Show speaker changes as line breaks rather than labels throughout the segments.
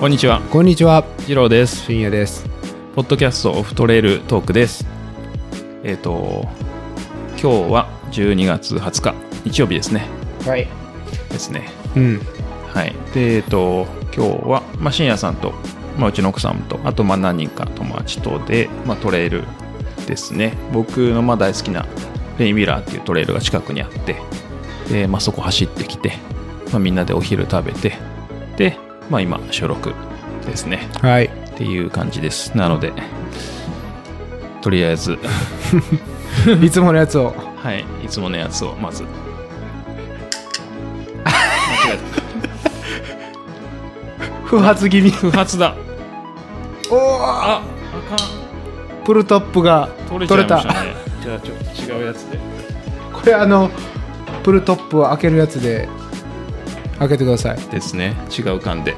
こんにちは、
こんにちは、
二郎です。
深夜です。
ポッドキャストオフトレイルトークです。えっ、と、今日は12月20日、日曜日ですね。
はい。
ですね。
うん。
はい。で、えっ、と、今日は、まあ、深夜さんと、まあ、うちの奥さんと、あと、まあ、何人か友達とで、まあ、トレイルですね。僕の、まあ、大好きなレインビラーっていうトレイルが近くにあって、で、まあ、そこ走ってきて、まあ、みんなでお昼食べて、で、まあ、今、収録ですね。
はい。
っていう感じですなのでとりあえず
いつものやつを。
はいいつものやつをまず 間違え
不発気味。
た不発だ
おお、
ああか
プルトップが
ん
取
取
れ
れちゃいま
た。
したねじゃあちょっと違うやつで
これあのプルトップを開けるやつで開けてくだ さい。
ですね違う缶でよ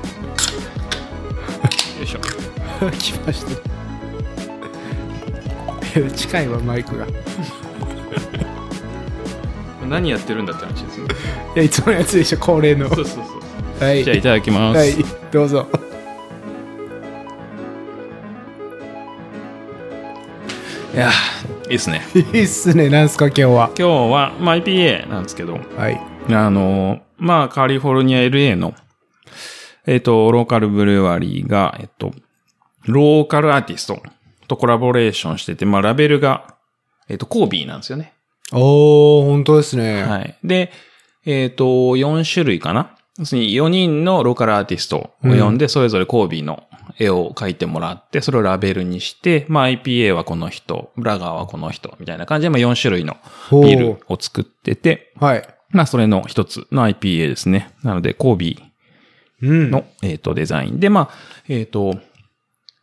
いしょ
来ました。近いわマイクが。い
何やってるんだって話ですね
やいつものやつでしょ恒例の。は
そうそうそう
い。
じゃあいただきます、
はい。どうぞ。
いやーいいですね
いいっすね。なんすか今日は。
今日は、まあ、IPA なんですけど
はい。
あの、まあ、カリフォルニア LA の、えっ、と、ローカルブルワリーが、えっ、と、ローカルアーティストとコラボレーションしてて、まあ、ラベルが、えっ、と、コービーなんですよね。
おお本当ですね。
はい。で、えっ、と、4種類かな要するに4人のローカルアーティストを呼んで、それぞれコービーの絵を描いてもらって、それをラベルにして、まあ IPA はこの人、ラガーはこの人、みたいな感じで、まあ4種類の
おー
ビールを作ってて、
はい。
まあ、それの一つの IPA ですね。なので、コービ
うん
ー。の、えっ、と、デザインで、まあ、えっ、と、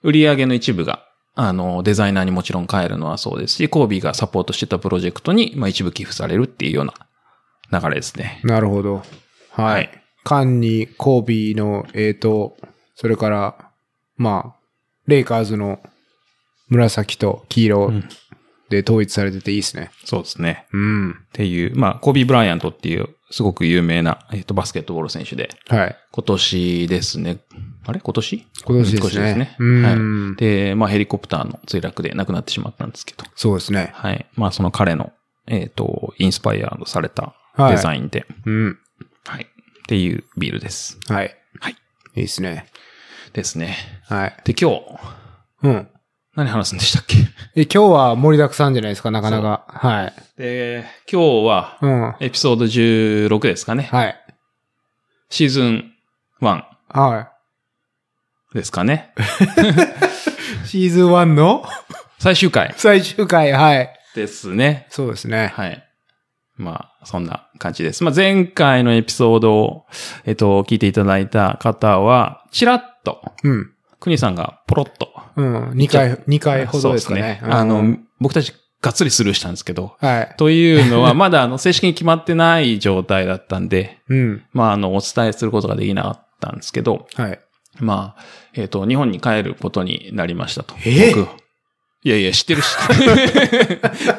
売り上げの一部が、あの、デザイナーにもちろん変えるのはそうですし、コービーがサポートしてたプロジェクトに、まあ、一部寄付されるっていうような流れですね。
なるほど。はい。
はい
缶にコービーの、えーと、それから、まあ、レイカーズの紫と黄色
ん
で統一されてていいですね。
そうですね。
うん。
っていう、まあ、コービー・ブライアントっていう、すごく有名な、えっ、と、バスケットボール選手で、
はい。
今年ですね。あれ今年
今年ですねうん
はい。で、まあ、ヘリコプターの墜落で亡くなってしまったんですけど。
そうですね。
はい。まあ、その彼の、えっ、と、インスパイアードされた
はい
デザインで、
うん。
はい、っていうビールです。
はい。
はい。
いいですね。
ですね。
はい。
で、今日、
うん。
何話すんでしたっけ
え、今日は盛りだくさんじゃないですか、なかなか。はい。
で、今日は、
うん。はい。
エピソード16ですかね。
はい。
シーズン1ですかね。
シーズン1の
最終回
最終回、はい。
ですね。
そうですね。
はい。まあ、そんな感じです。まあ、前回のエピソードを、えっと、聞いていただいた方は、ちらっと、
うん。
くにさんがポロッと
うん。2回、二回ほどですかね。
そうあ
う
の
ん、
僕たちがっつりスルーしたんですけど、
はい。
というのは、まだあの正式に決まってない状態だったんで、
うん。
まあ、あの、お伝えすることができなかったんですけど、
はい。
まあ、えっ、と、日本に帰ることになりましたと。
え
僕いやいや、知ってる し。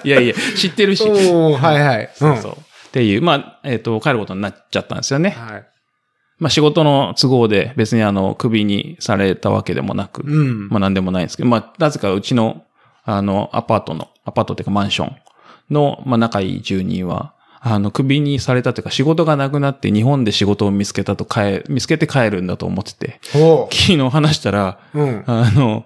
いやいや、知ってるし。
おーはいはい。
そうそう。っていう、まあ、えっ、と、帰ることになっちゃったんですよね。
はい。
まあ、仕事の都合で別にあの、首にされたわけでもなく、
うん。
まあなんでもないんですけど、まあなぜかうちの、あの、アパートの、アパートっていうかマンションの、まあ仲いい住人は、あの、首にされたというか仕事がなくなって日本で仕事を見つけたと帰、見つけて帰るんだと思ってて、
ほ
昨日話したら、
う。うん。
あの、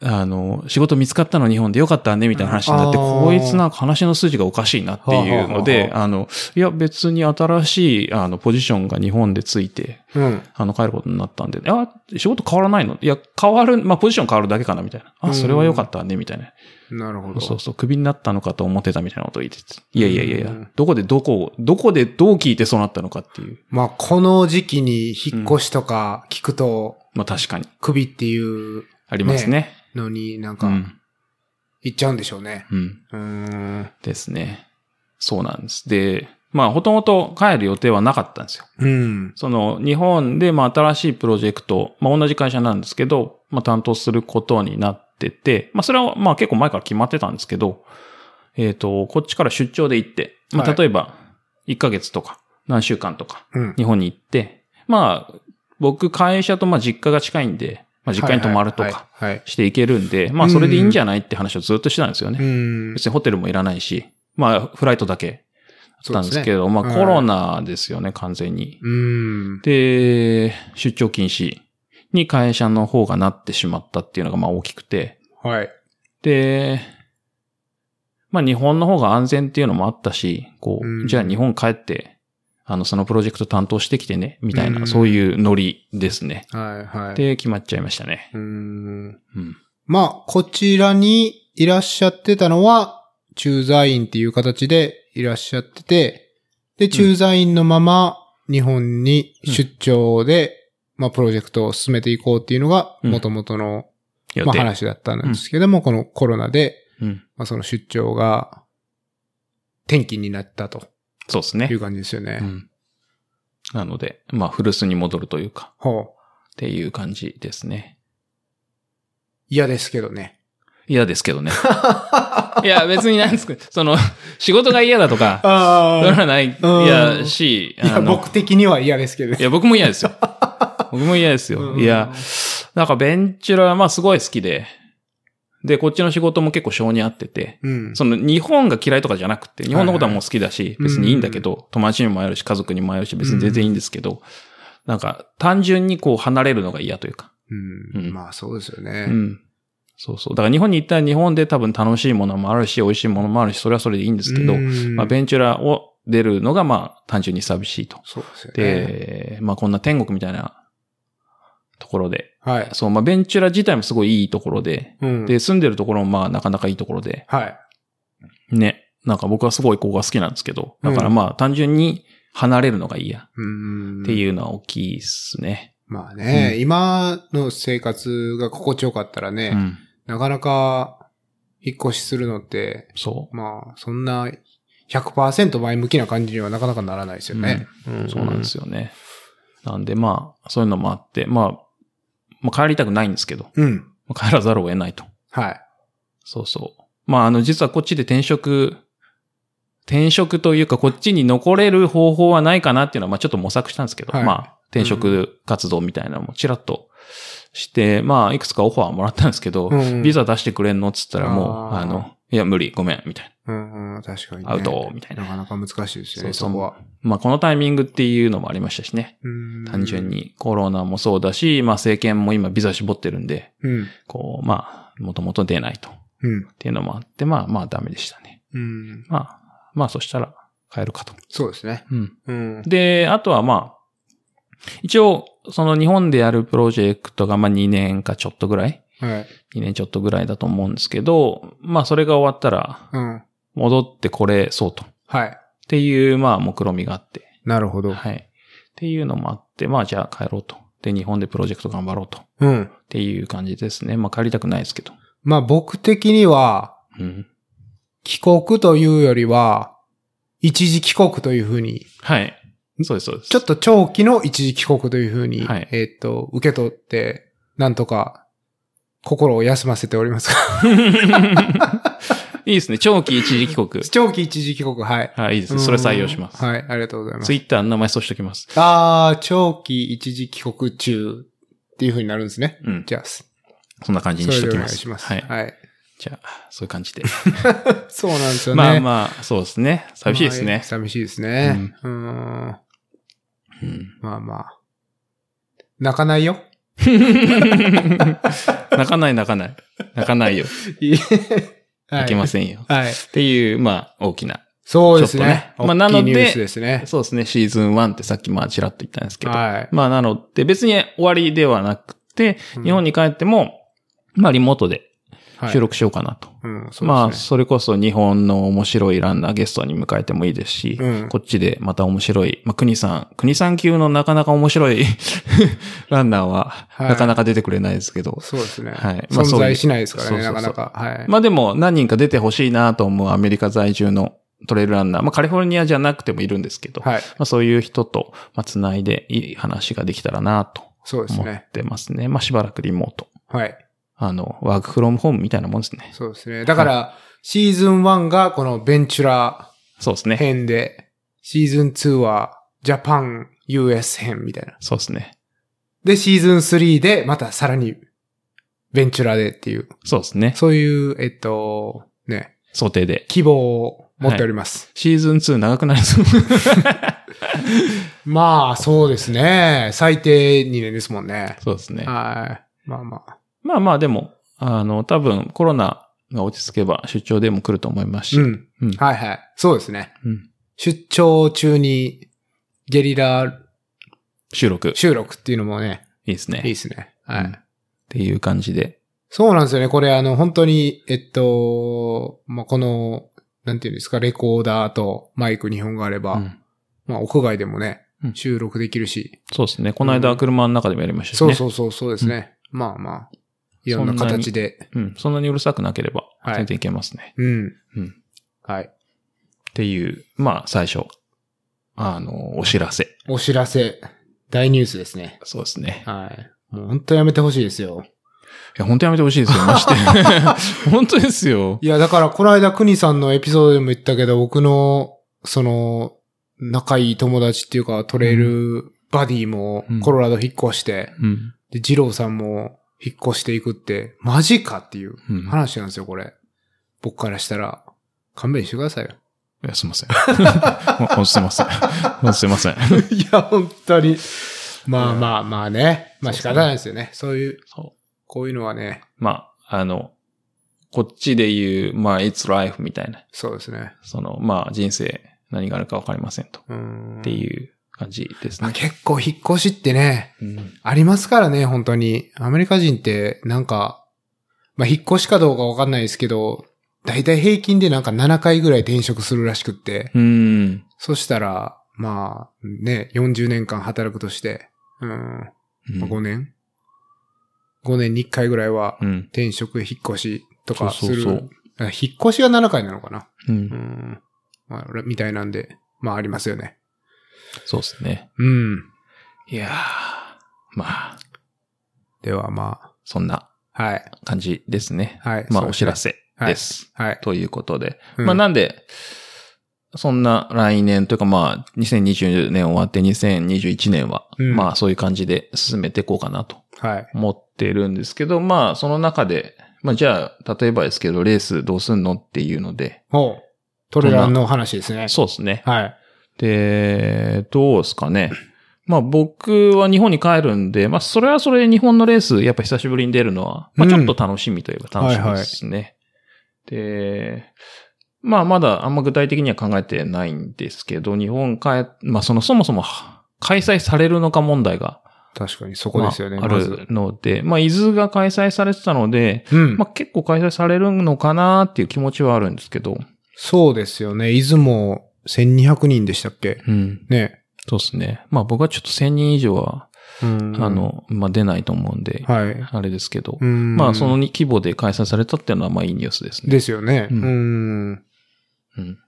あの、仕事見つかったの日本でよかったね、みたいな話になって、
あー
こいつなんか話の筋がおかしいなっていうので、
は
あの、いや別に新しい、あの、ポジションが日本でついて、
うん。
あの、帰ることになったんで、あ、仕事変わらないのいや、変わる、まあ、ポジション変わるだけかな、みたいな。
う
あ、
ん
それは良かったね、みたいな。
なるほど。
そうそう、クビになったのかと思ってたみたいなこと言ってて。いやいやいやいうや
ん、
どこでどこを、どこでどう聞いてそうなったのかっていう。
まあ、この時期に引っ越しとか聞くと、
まあ、確かに。
首っていう
ありますね。
のになん
う
か、
ん。
行っちゃうんでしょうね。
うん。
うーん。
ですね。そうなんです。で、まあ、ほともと帰る予定はなかったんですよ。
うん。
その、日本で、まあ、新しいプロジェクト、まあ、同じ会社なんですけど、まあ、担当することになってて、まあ、それは、まあ、結構前から決まってたんですけど、えっ、と、こっちから出張で行って、ま
は
あ、
い
例えば、1ヶ月とか、何週間とか、
うん。
日本に行って、まあ、僕、会社とまあ実家が近いんで、まあ実家に泊まるとか
はいはいはい。
していけるんで、まあそれでいいんじゃないって話をずっとしてたんですよね。
うん。
別にホテルもいらないし、まあフライトだけだったんですけど、まあコロナですよね、完全に。
うん。
で、出張禁止に会社の方がなってしまったっていうのがまあ大きくて、
はい。
で、まあ日本の方が安全っていうのもあったし、こう、
うん
じゃあ日本帰って、あの、そのプロジェクト担当してきてね、みたいな、
うん
そういうノリですね。
はい。はい。
で、決まっちゃいましたね。
うん。
うん。
まあ、こちらにいらっしゃってたのは、駐在員っていう形でいらっしゃってて、で、駐在員のまま日本に出張で、まあ、プロジェクトを進めていこうっていうのが、
うん
元々の、
予
まあ、
定。
話だったんですけども、このコロナで、
うん。
まあ、その出張が、転機になったと
そうです
い
ね
う。感じですよね。
うん。なので、まあ、古巣に戻るというか、
ほう。
っていう感じですね。
嫌ですけ どね。
嫌ですけど ね。いや、別になんですけど、その、仕事が嫌だとか、それ
あ
はない、
うん
嫌し、
あ。いや、
あの
僕的には嫌ですけど
いや、僕も嫌ですよ。 僕も嫌ですよ。
うん
いや、なんかベンチュラー、まあすごい好きで、で、こっちの仕事も結構性に合ってて、
うん。
その日本が嫌いとかじゃなくて、日本のことはもう好きだし、
はいはい
別にいいんだけど、友達にも会えるし、家族にも会えるし、別に全然いいんですけど、なんか単純にこう離れるのが嫌というか、
う
うん
ん。まあ、そうですよね。
うん。そうそう。だから日本に行ったら日本で多分楽しいものもあるし、美味しいものもあるし、それはそれでいいんですけど、
うん
まあベンチュラーを出るのがまあ単純に寂しいと。
そうですよね。
で、まあこんな天国みたいなところで、
はい。
そう、まあベンチュラ自体もすごいいいところで、
うん。
で、住んでるところもまあなかなかいいところで、
はい。
ね、なんか僕はすごいここが好きなんですけど、だから
うん
まあ単純に離れるのが嫌っ
うん。
て
う。
いうのは大きいっすね。
まあね、
う
今の生活が心地よかったらね、
うん。
なかなか引っ越しするのって、
そう。
まあ、そんな100%前向きな感じにはなかなかならないですよね。うん
そうなんですよね。なんでまあ、そういうのもあって、まあ、まあ帰りたくないんですけど、
うん。
まあ帰らざるを得ないと。
はい。
そうそう。まあ、あの、実はこっちで転職、転職というか、こっちに残れる方法はないかなっていうのは、まあ、ちょっと模索したんですけど、
はい
まあ、転職活動みたいなのもちらっとして、まあ、いくつかオファーもらったんですけど、
うん
ビザ出してくれんのっつったら、もう、
あー
あの、いや、無理、ごめん、みたい
うん、うん、確かに、ね。
な。アウト、みたい
な
な。
かなか難しいです
そ
よね、そう
そう
こは。
まあ、このタイミングっていうのもありましたしね。
うん
単純。にコロナもそうだし、まあ、政権も今ビザ絞ってるんで、
うん。
こう、まあ、もともと出ないと。っ
うん。
ていうのもあって、まあ、まあ、ダメでしたね。
うん。
まあ、まあそしたら変えるかと。
そうですね。うん。
で、あとはまあ、一応、その日本でやるプロジェクトがまあ2年かちょっとぐらい
はい。
?2 年ちょっとぐらいだと思うんですけど、まあそれが終わったら
うん。
戻ってこれそうと。っ
はい。
ていうまあ目論みがあって。
なるほど。
はい。っていうのもあって、まあじゃあ帰ろうと。で、日本でプロジェクト頑張ろうと。っ
うん。
ていう感じですね。まあ帰りたくないですけど。
まあ僕的には、
うん。
帰国というよりは、一時帰国というふうに、
はい。そうです、そうです。
ちょっと長期の一時帰国というふうに、
はい
えーっと、受け取って、なんとか、心を休ませており ます。
いいですね。長期一時帰国。
長期一時帰国、はい。
はい、いいですね。それ採用します。
うんはい、ありがとうございます
ツイ。ッターの名前そうしときます。
あー、長期一時帰国中っていうふうになるんですね。
うん。
じゃあ、そ
そんな感じに
れ
し
で
とき
お願
ま
い
す。
します。
はい。
はい。
じゃあ、そういう感じで。
そうなんですよね。
まあまあ、そうですね。寂しいです
はい
ね。
寂しいですね。うーん。
うん。
まあまあ。泣かないよ。
泣かない泣かない。泣か ないよ。
はい
泣けませんよ。
はい。
っていう、まあ、大きな。
そうですね。
ちょっとねまあなので
大きいニュースですね。
そうですね。シーズン1ってさっきまあ、ちらっと言ったんですけど。
はい。
まあ、なので、別に終わりではなくて、
うん
日本に帰っても、まあ、リモートで収録しようかなと。
はい。うん、
ま
そう
あ、
です
それこそ日本の面白いランナーゲストに迎えてもいいですし、
うん
こっちでまた面白い、まあ、国さん、国さん級のなかなか面白い ランナーは、
はい
なかなか出てくれないですけど、
ね。そうですね。
はいまあ
存
そういう
在しないですから
そう
ね、
そう
な
そ
か
う
なか。はい。
まあでも何人か出てほしいなと思うアメリカ在住のトレイルランナー、まあカリフォルニアじゃなくてもいるんですけど、
はい。
まあそういう人と、まあ、つないでいい話ができたらなと
そうです
思
ね。
ってますね。まあしばらくリモート。
はい。
あの、ワークフロムホームみたいなもんですね。
そうですね。だから、シーズン1がこのベンチュラ
そうです
ー
ね。
編で、シーズン2はジャパン US 編みたいな。
そうですね。
で、シーズン3で、またさらに、ベンチュラでっていう、
そうですね。
そういう、えっと、ね、
想定で。
希望を持っております。
シーズン2長くなり そう。
まあ、そうですね。最低2年ですもんね。
そうですね。
はい。まあまあ。
まあまあでも、あの、多分コロナが落ち着けば出張でも来ると思いますし。
うん。
うん
はいはい。そうですね。
うん
出張中に、ゲリラ
収録。い
収録っていうのもね、
いですね。
いいですね。はい。
うんっていう感じで。
そうなんですよね。これあの、本当に、えっと、まあ、この、なんていうんですか、レコーダーとマイク2本があれば、
うん
まあ、屋外でもね
う、ん
収録できるし、
そうですね。この間車の中でもやりましたし
そう
ね。
そうそう、そうですね。まあまあ、いろんな形で、
うん。そんなにうるさくなければ、
はい
全然いけますね。
うん。
うん。
はい。
っていう、まあ、最初。あの、お知らせ。
お知らせ、大ニュースですね。
そうですね。
はい。もう本当やめてほしいですよ。
いや、本当やめてほしい ですよ、まして。本当です よ。
いや、だから、この間、くにさんのエピソードでも言ったけど、僕の、その、仲いい友達っていうか、トレイルバディも
うん、
コロラド引っ越して、
うん。
で、二郎さんも引っ越していくって、マジかっていう
うん。い
話なんですよ、これ。僕からしたら、勘弁してくださいよ。
や、すいません。 ほほんとすいません。ほんとすいません。
いや、本当に。まあまあまあね。まあ仕方ないですよね。そういう、
そ
こういうのはね、
う。まあ、あの、こっちで言う、まあ、it's life みたいな。
そうですね。
その、まあ、人生、何があるかわかりませんと。
うーん。
っていう感じです
まあ
ね。
結構引っ越しってね、
うん。
ありますからね、本当に。アメリカ人って、なんか、まあ、引っ越しかどうかわかんないですけど、だいたい平均でなんか7回ぐらい転職するらしくって、
うん。
そしたら、まあ、ね、40年間働くとして、うん、
うん
まあ5年 ?5 年に1回ぐらいは
うん。
転職、引っ越しとかす
そう
る。
そうそう
あ引っ越しが7回なのかな
う。
うんん。まあ、みたいなんで、まあありますよね。
そうですね。
うん。
いやーまあ、
ではま
そんな
あ、はい。
感じですね。
はい。
まあ、
そう
お
です
知
ね
らせです。
はい。
ということで。
うん
まあ、なんで、そんな来年というか、まあ、2020年終わって2021年は、
うん
まあ、そういう感じで進めていこうかなと
はい。
思ってるんですけど、まあ、その中で、まあ、じゃあ、例えばですけど、レースどうすんのっていうので、
ほう。トレランの話ですね。
そうですね。
はい。
で、どうですかね。まあ僕は日本に帰るんで、まあそれはそれで日本のレースやっぱ久しぶりに出るのは、まあ
うん
ちょっと楽しみといえば楽しみですね。で、まあまだあんま具体的には考えてないんですけど、日本帰、まあそのそもそもは開催されるのか問題が、
確かにそこ
ま
で
あ
すよね。
あ
まず
るので、まあ伊豆が開催されてたので、
うん。
まあ結構開催されるのかなっていう気持ちはあるんですけど、
そうですよね。出雲1200人でしたっけ
うん、
ね。
そうですね。まあ僕はちょっと1000人以上は
うん
あ、の、まあ、出ないと思うんで、
はい。
あれですけど、
うん
まあ、その、規模で開催されたっていうのは、まあ、いいニュースですね。
ですよね。う。
うんうん、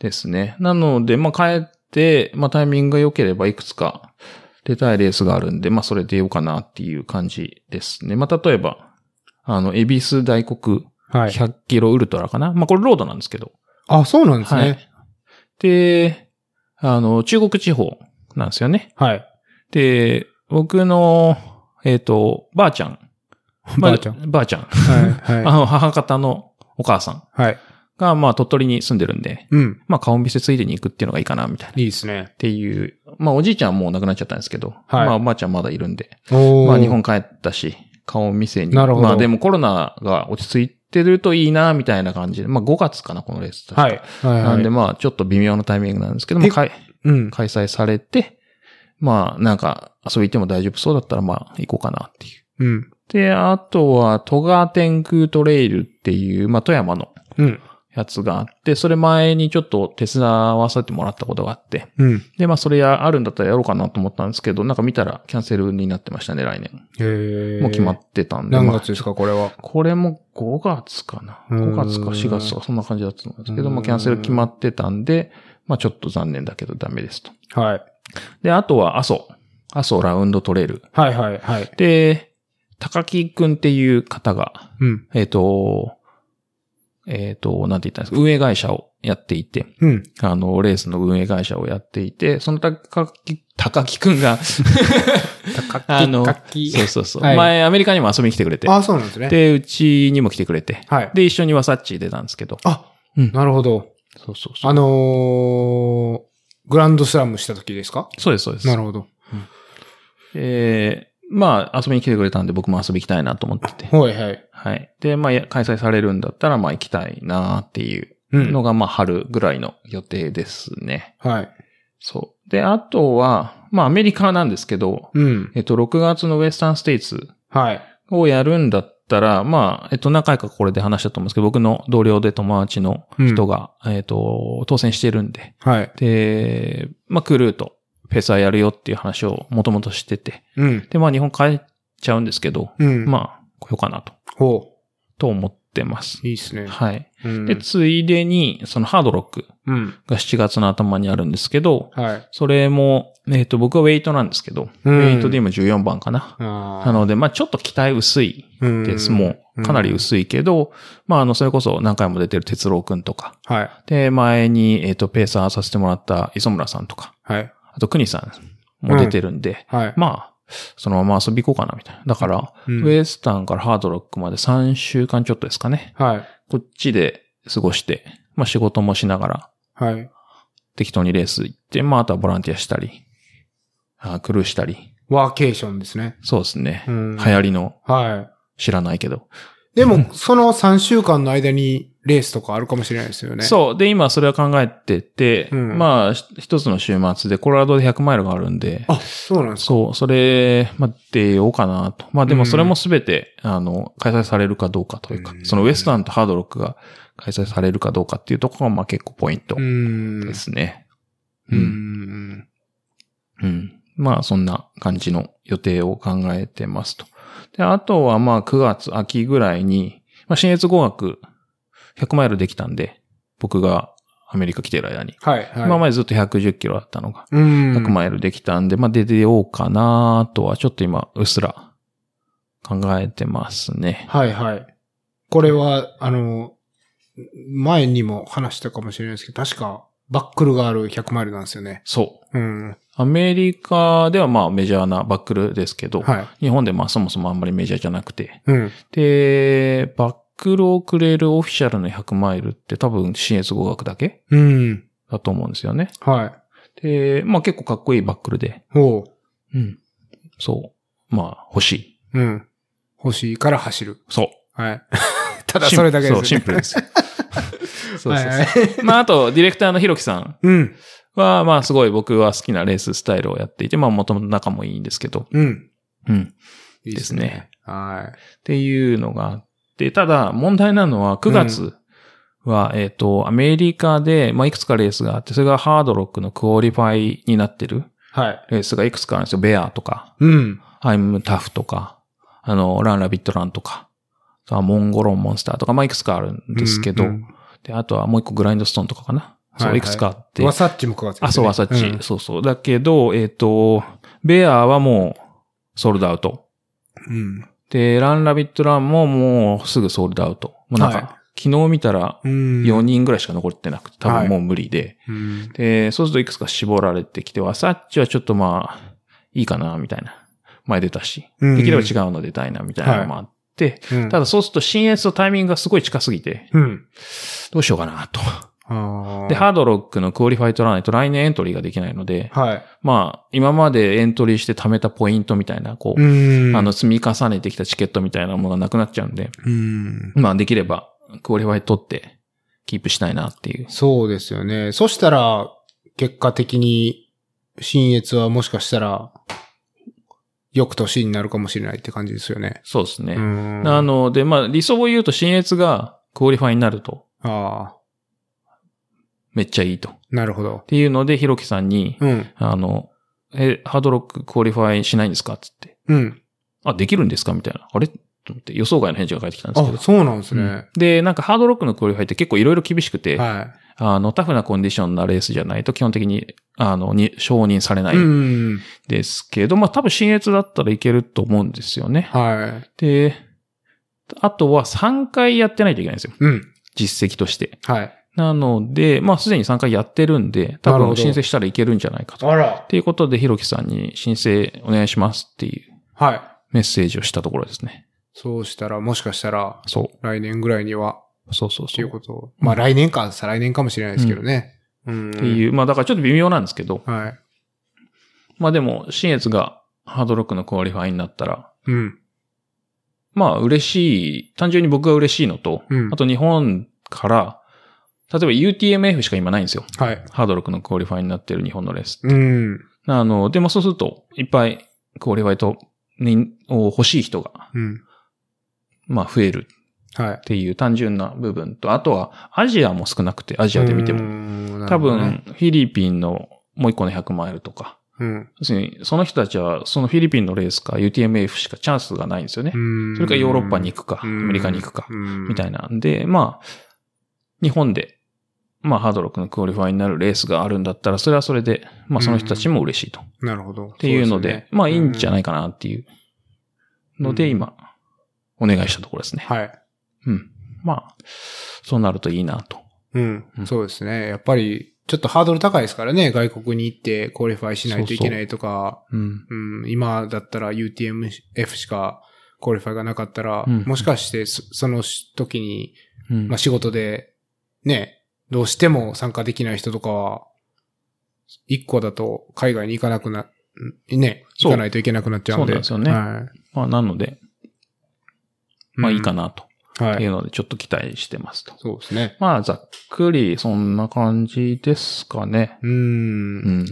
ですね。なので、まあ、帰って、まあ、タイミングが良ければ、いくつか出たいレースがあるんで、まあ、それ出ようかなっていう感じですね。まあ、例えば、あの、恵比寿大黒
はい。
100キロウルトラかな。まあ、これロードなんですけど。
あ、そうなんです
はい
ね。。
で、あの、中国地方なんですよね。
はい。
で、僕の、えっ、と、ばあちゃん。まあ
ばあちゃん。。
ばあちゃん。
は
あ
い。は
の、母方のお母さん
い。はい。
が、まあ、鳥取に住んでるんで、
うん。
まあ、顔見せついでに行くっていうのがいいかな、みたいな。っ
いいですね。
ていう、まあ、おじいちゃんはもう亡くなっちゃったんですけど、
はい
まあ、おばあちゃんまだいるんで、
おー
まあ、日本帰ったし、顔見せに。
なるほど
まあ、でもコロナが落ち着いてるといいな、みたいな感じで、まあ、5月かな、このレース確か。
はい。はい。
なんで、
はい、
まあ、ちょっと微妙なタイミングなんですけども、
え
開
うん。
開催されて、まあ、なんか、遊び行っても大丈夫そうだったら、まあ、行こうかなっていう。
うん。
で、あとは、戸川天空トレイルっていう、まあ、富山の
うん。
やつがあって、それ前にちょっと手伝わせてもらったことがあって、
うん。
で、まあそれや、あるんだったらやろうかなと思ったんですけど、なんか見たらキャンセルになってましたね、来年。
へー
もう決まってたんで。
何
まあ
月ですか、これは。
これも5月かな。
うーん
5月か4月か、そんな感じだったんですけ
うー
ど、
ん
まあキャンセル決まってたんで、まあちょっと残念だけどダメですと。
はい。
で、あとは阿蘇。阿蘇ラウンドトレイル。
はいはいはい。
で、高木くんっていう方が、
うん。
えっ、と、えっ、と、なんて言ったんですか、運営会社をやっていて、
うん。
あの、レースの運営会社をやっていて、その高木、高木くんが、
高木
あの、
高木
そうそうそう、
はい
前アメリカにも遊びに来てくれて、
あ、そうなんですね。
で、うちにも来てくれて、
はい。
で、一緒にワサッチ出たんですけど、
あ、
うん
なるほど。
そうそうそう。
あのー、グランドスラムした時ですか
そうです、そうです。
なるほど。
えーまあ、遊びに来てくれたんで僕も遊び行きたいなと思ってて。
はいはい。
はい。で、まあ、や開催されるんだったら、まあ、行きたいなっていう
うん。
のが、まあ、春ぐらいの予定ですね。
はい。
そう。で、あとは、まあ、アメリカなんですけど、
うん。
えっと、6月のウエスタンステイツ
はい。
をやるんだったら、まあ、えっと、何回かこれで話したと思うんですけど、僕の同僚で友達の人が、えっと、当選してるんで、
はい。
で、まあ、クルーとフェスはやるよっていう話をもともとしてて、
うん。
で、まあ、日本帰っちゃうんですけど、
うん。あ。
まあ、来ようかなと、
ほ
と思ってます
う。。いいっすね。
はい。
うん
で、ついでに、そのハードロック
うん。
が7月の頭にあるんですけど、
はい。
それも、えっ、と、僕はウェイトなんですけど、
うん
ウェイトで今14番かな。
あ
なので、まあちょっと期待薄い
の
です。もう、かなり薄いけど、まああの、それこそ何回も出てる哲郎くんとか、
はい。
で、前に、えっ、と、ペーサーさせてもらった磯村さんとか、
はい。
あと、国さんも出てるんで、
はい。
まあ、そのまま遊び行こうかな、みたいな。だから、
うん
ウエスタンからハードロックまで3週間ちょっとですかね。
はい。
こっちで過ごして、まあ仕事もしながら、
はい。
適当にレース行って、まああとはボランティアしたり、あークルーしたり。
ワーケーションですね。
そうですね。
うん
流行りの
は
知らないけど。
い。でも、その3週間の間にレースとかあるかもしれないですよね。
そう。で、今それは考えてて、
うん
まあひ一つの週末でコロラドで100マイルがあるんで、
あ、そうなんですか。
そう、それ、まあ、出ようかなと。まあ、でもそれもすべて、あの、開催されるかどうかというか、
うん
そのウエスタンとハードロックが開催されるかどうかっていうところが、まあ、結構ポイント
うーん。
で
う
すね。
ーん。
うん。まあ、そんな感じの予定を考えてますと。で、あとは、まあ、9月、秋ぐらいに、まあ、新越語学、100マイルできたんで、僕がアメリカ来てる間に。
はい。はい。
今までずっと110キロだったのが、
うん。
100マイルできたんで、まあ、出てようかなとは、ちょっと今、うっすら考えてますね。
はいはい。これは、あの、前にも話したかもしれないですけど、確かバックルがある100マイルなんですよね。
そう。
うん。
アメリカではまあメジャーなバックルですけど、
はい。
日本でまあそもそもあんまりメジャーじゃなくて、
うん。
で、バックルをくれるオフィシャルの100マイルって多分新越語学だけ
うん。
だと思うんですよね。
は
で、まあ結構かっこいいバックルで、
い。おう。
うん。そう。まあ欲しい。
うん。欲しいから走る。
そう。
はい。 ただそれだけです、ね。
そう、シンプルです。そう そう
はい
そう
はい
まああと、ディレクターのひろきさん
うん。
は、まあすごい僕は好きなレーススタイルをやっていて、まあ元々仲もいいんですけど、
うん。
うん。
いい
ですね。
は
っていうのがあって、ただ問題なのは9月は、えっ、と、アメリカで、まあ、いくつかレースがあって、それがハードロックのクオリファイになってる
い。はい。
レースがいくつかあるんですよ。ベアとか、
うん。
アイムタフとか、あの、ランラビットランとか、あとはモンゴロンモンスターとか、まあ、いくつかあるんですけど、
うんうん
で、あとはもう一個グラインドストーンとかかな。
はい
そ
は
う、
い
いくつかあって。
ワサッチも9月です、ね。
あ、そう、ワサッチ、
うん
そうそう。だけど、えっ、と、ベアはもう、ソールドアウト。で、ランラビットランももうすぐソールドアウト。もうなんか、
はい
昨日見たら
うん。
4人ぐらいしか残ってなくて、多分もう無理で。
うん。
で、そうするといくつか絞られてきて、ワサッチはちょっとまあ、いいかな、みたいな。前出たし。
うん
できれば違うの出たいな、みたいなのもあって。
うん。
ただそうすると新越のタイミングがすごい近すぎて、
うん。
どうしようかな、と。
あー
で、ハードロックのクオリファイトランないと来年エントリーができないので、
はい。
まあ、今までエントリーして貯めたポイントみたいな、こう、
うん。
あの、、積み重ねてきたチケットみたいなものがなくなっちゃうんで、
うん。
まあできれば、クオリファイ取って、キープしたいなっていう。
そうですよね。そしたら、結果的に、新越はもしかしたら、翌年になるかもしれないって感じですよね。
そうですね。
うん。
なので、まあ理想を言うと、新越がクオリファイになると、
ああ、
めっちゃいいと。っ
なるほど。
ていうので、ひろきさんに、
うん。
あの、え、ハードロッククオリファイしないんですかっつって。
うん。
あ、できるんですかみたいな。あれと思って予想外の返事が返ってきたんですけ
あ、
ど。
そうなんです
う
ね
ん。で、なんかハードロックのクオリファイって結構いろいろ厳しくて、
は。
あの、タフなコンディションなレースじゃないと基本的に、あの、に承認されない
うんん。
ですけど、まあ多分新越だったらいけると思うんですよね。
はい。
で、あとは3回やってないといけないんですよ。
うん。
実績として。
はい。
なので、まあ、すでに3回やってるんで、多
なるほ
分
ど
申請したらいけるんじゃないかと。
あら。
っていうことで、ひろきさんに申請お願いしますっていう
はい。
メッセージをしたところですね。
そうしたら、もしかしたら、
そ
来年ぐらいには、
う。そうそう
と
そ。
いううことを。まあ来年か、再来年かもしれないですけどね。うん。
っていう、まあだからちょっと微妙なんですけど、
はい。
まあでも、新越がハードロックのクオリファイになったら、
うん。
まあ嬉しい、単純に僕が嬉しいのと、
うん
あと日本から、例えば UTMF しか今ないんですよ。
はい。
ハードロックのクオリファイになってる日本のレース。
うん。
あの、でもそうすると、いっぱいクオリファイと、に、を欲しい人が、
うん。
まあ増える
はい
っ。ていう単純な部分と、あとはアジアも少なくて、アジアで見ても。
も
多、分、フィリピンのもう一個の100マイルとか、
うん。
要するにその人たちはそのフィリピンのレースか UTMF しかチャンスがないんですよね。それからヨーロッパに
く
行くか、アメリカに行くか、みた
い
いなんで、まあ、日本で、まあ、ハードロックのクオリファイになるレースがあるんだったら、それはそれで、まあ、その人たちも嬉しいと。っ
な。なるほど。って
いうので、まあ、いいんじゃ
ない
ないかなっていうの
う
で、
ん
今、お願いしたところですね。
はい。
うん。まあ、そうなるといいなと。
うん
う。ん
そうですね。やっぱり、ちょっとハードル高いですからね。外国に行って、クオリファイしないといけないとか、
うん。
うん、今だったら UTMF しかクオリファイがなかったら、
うん
もしかしてそその時に、
うん。
まあ、仕事で、ね、どうしても参加できない人とかは、一個だと海外に行かなくな、んね、
そ
行
う
かないといけなくなっちゃうんで。
そうなんですよねま
は
あ、なので、
い。
まあ、いいか
な。
なと
は
いう
い。
ので、ちょっと期待してますと。
そうですね。
まあ、ざっくり、そんな感じですかね。
うーん
う。ん。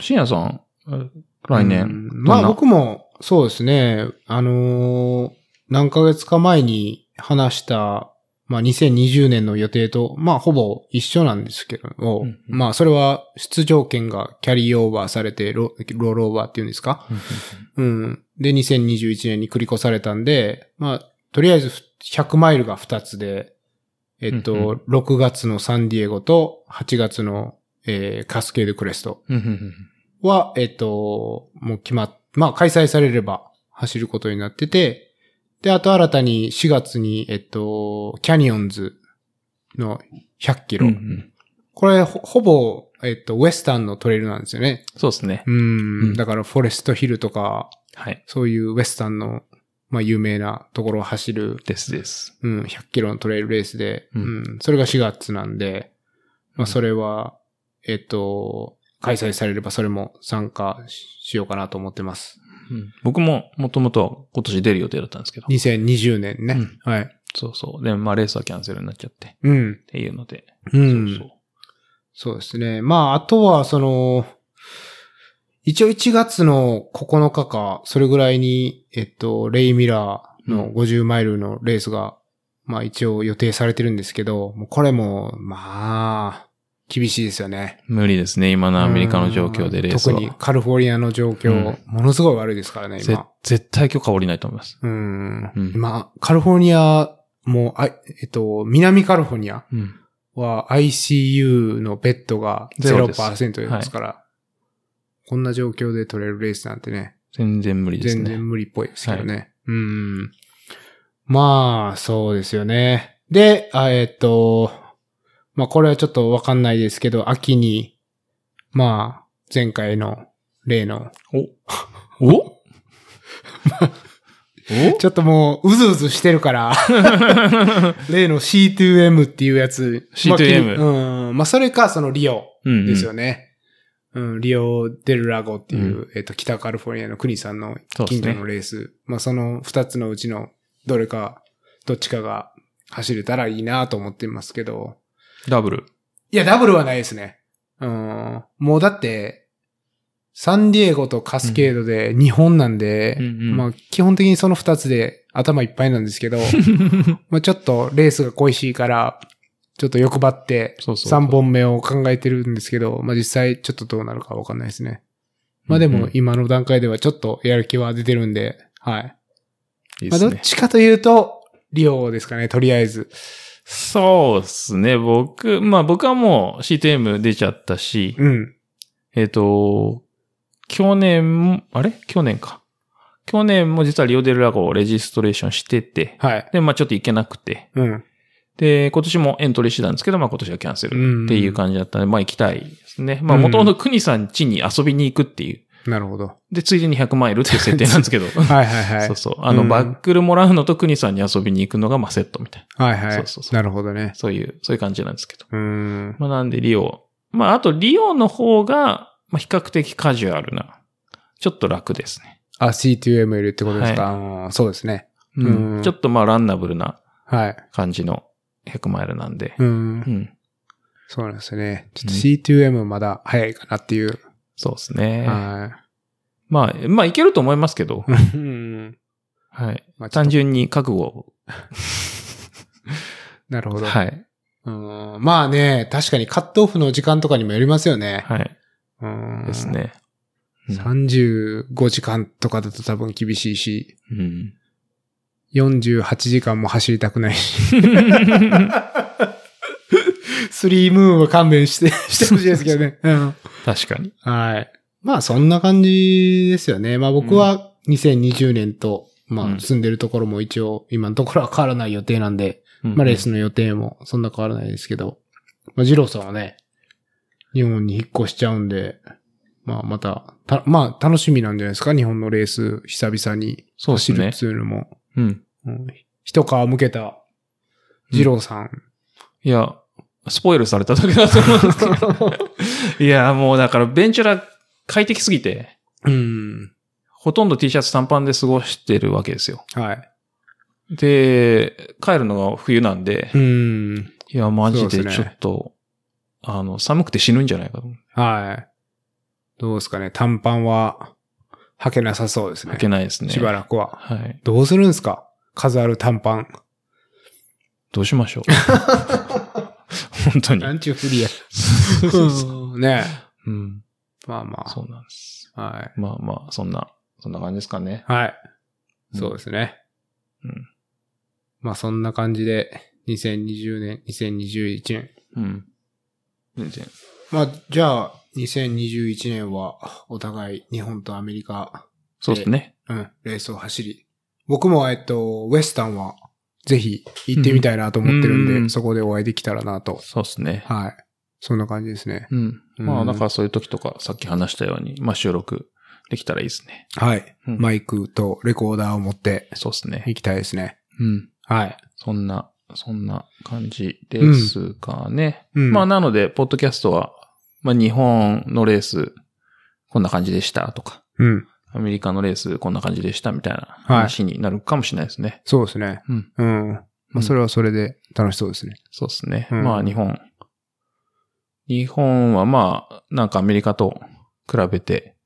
深夜さん、え来年。
うん
ど
ま
ん
あ
な
僕も、そうですね。あのー何ヶ月か前に話した、まあ2020年の予定と、まあほぼ一緒なんですけど、
うんうん
まあそれは出場権がキャリーオーバーされてロ、ロールオーバーっていうんですか
うんうん
うん。で、2021年に繰り越されたんで、まあ、とりあえず100マイルが2つで、えっと、
うんうん
6月のサンディエゴと8月の、えーカスケードクレスト
うんうんうん
は、えっと、もう決まっ、まあ開催されれば走ることになってて、で、あと新たに4月に、えっと、キャニオンズの100キロ。
うんうん
これほ、ほぼ、えっと、ウエスタンのトレイルなんですよね。
そうですね。
うん。
うん
だからフォレストヒルとか、
はい。
そういうウエスタンの、まあ有名なところを走る
ですです。
うん、100キロのトレイルレースで、
う
う
んん、
それが4月なんで、
う
まあ、
ん
それは、えっと、開催されればそれも参加ししようかなと思ってます。
僕ももともと今年出る予定だったんですけど。
2020年ね。
うん
はい。
そうそう。で、まあレースはキャンセルになっちゃって。
うん
っ。ていうので。
うん。
そうそう。
そうですね。まあ、あとは、その、一応1月の9日か、それぐらいに、えっと、レイミラーの
うん
50マイルのレースが、まあ一応予定されてるんですけど、もうこれも、まあ、厳しいですよね。
無理ですね。今のアメリカの状況でレースは。
特にカリフォルニアの状況、
うん
ものすごい悪いですからね、
ぜ
今。
絶対許可下りないと思います。
うん。
うん
今、カリフォルニアも、あえっと、南カリフォルニア
うん。
は ICU のベッドが
ゼロです
0%ですから、こんな状況で取れるレースなんてね、
全然無理です
全
ね。
然無理っぽいですけどね。うん。まあ、そうですよね。で、あえっと、まあこれはちょっとわかんないですけど、秋に、まあ、前回の例の、
おおお
ちょっともう、うずうずしてるから、 例の C2M っていうやつ。まあ
C2M
きうん。まあ、それか、そのリオ
うん
ですよ
ね。
ね。うん、リオ・デル・ラゴっていう、えっと、北カリフォルニアの国さんの
そうです
近所
ね
のレース。まあ、その二つのうちのどれか、どっちかが走れたらいいなと思ってますけど。
ダ ブル。
いや、ダブルはないですね。うん。もうだって、サンディエゴとカスケードで日本なんで、
うんうん
まあ基本的にその二つで頭いっぱいなんです けど、まあちょっとレースが恋しいから、ちょっと欲張って
そうそうそう
3本目を考えてるんですけど、まあ実際ちょっとどうなるかわかんないですね。まあで
うんう
も
ん
今の段階ではちょっとやる気は出てるんで、はい。
いい
ま
で
あ
す
ど
ね
っ。ちかというと、リオですかね、とりあえず。
そうですね。僕、まあ僕はもう CTM 出ちゃったし、
うん。
えっ、と、去年も、あれ去年か。去年も実はリオデルラゴをレジストレーションしてて、
はい。
で、まあちょっと行けなくて、
うん。
で、今年もエントリーしてたんですけど、まあ今年はキャンセルっていう感じだったんで、まあ行きたいですね。まあ
うん
もともと国さん家に遊びに行くっていう。
なるほど。
で、ついでに100万いるっていう設定なんですけど。
はいはいはい。
そうそう。あの、
うん
バックルもらうのと国さんに遊びに行くのが、まあセットみたいな。
はいはい。
そうそうそう
なるほどね。
そういう、そういう感じなんですけど。
うーん。
まあなんでリオ。まああとリオの方が、まあ比較的カジュアルな。ちょっと楽ですね。
あ、C2ML ってことですか、うんそうですね。
うん
うん
ちょっとまあランナブルな
はい。
感じの100マイルなんで。
うん
う。ん。
そうなんですよね。ちょっと C2M まだ早いかなっていう。
そうですね。
は
まあ、まあいけると思いますけど。
い。うん。
はい。
まあ、ちょ
単
っと
純に覚悟 を。
なるほど。
はい。
うんまあね、確かにカットオフの時間とかにもよりますよね。
はい。
うん
です。ね。うん
35時間とかだと多分厳しいし、
うん。
48時間も走りたくないし。 スリームーンは勘弁 して、してほしいですけどね。うん
確かに。
はい。まあそんな感じですよね。まあ僕は2020年と、
う
まあ
ん
住んでるところも一応今のところは変わらない予定なんで、まあレースの予定もそんな変わらないですけど、まあ二郎さんはね、日本に引っ越しちゃうんで、まあまた、たまあ楽しみなんじゃないですか日本のレース久々に
そうです
走る
ね
っ。ていうのも。
うん。
うん一皮向けた二郎さん。
いや、スポイルされただけだと思うんです けど。いや、もうだからベンチュラ快適すぎて、
うん。
ほとんど T シャツ短パンで過ごしてるわけですよ。
はい。
で、帰るのが冬なんで、
うん。
いや、マジ
そう
で
です
ちょ
ね
っと、あの、寒くて死ぬんじゃないかと思う。
はい。どうですかね短パンは履けなさそうですね。
いけないですね。
しば
らく。
らくは。
はい。
どうするんですか数ある 短パン。
どうしましょう。 本当に。
なんちゅうフリや。うんね
うん。
まあまあ。
そうなんです。
はい。
まあまあ、そんな、そんな感じですかね。
はい。
うん
そうですね。
うん
まあそんな感じで、2020年、2021年。
うん。全然。
まあじゃあ、2021年はお互い日本とアメリカ、
そうですね。
うん、レースを走り。僕も、えっと、ウエスタンはぜひ行ってみたいなと思ってるんで、
うんうん
そこでお会いできたらなと。
そうですね。
はい。そんな感じですね。
うん。
うん
まあ、だからそういう時とか、さっき話したように、まあ収録できたらいいですね。
はい。
うん
マイクとレコーダーを持って
そうですね。
行きたいですね。
うん。
はい。
そんな、そんな感じですかね。
うん
まあ、なので、ポッドキャストは、まあ、日本のレース、こんな感じでしたとか、
うん。
アメリカのレース、こんな感じでしたみたいな
はい
話になるかもしれないですね。
そうですね。
うん。
うん。
う
まあ、
ん
それはそれで楽しそうですね。
そうですね。
うん
まあ日本。日本はまあ、なんかアメリカと比べて、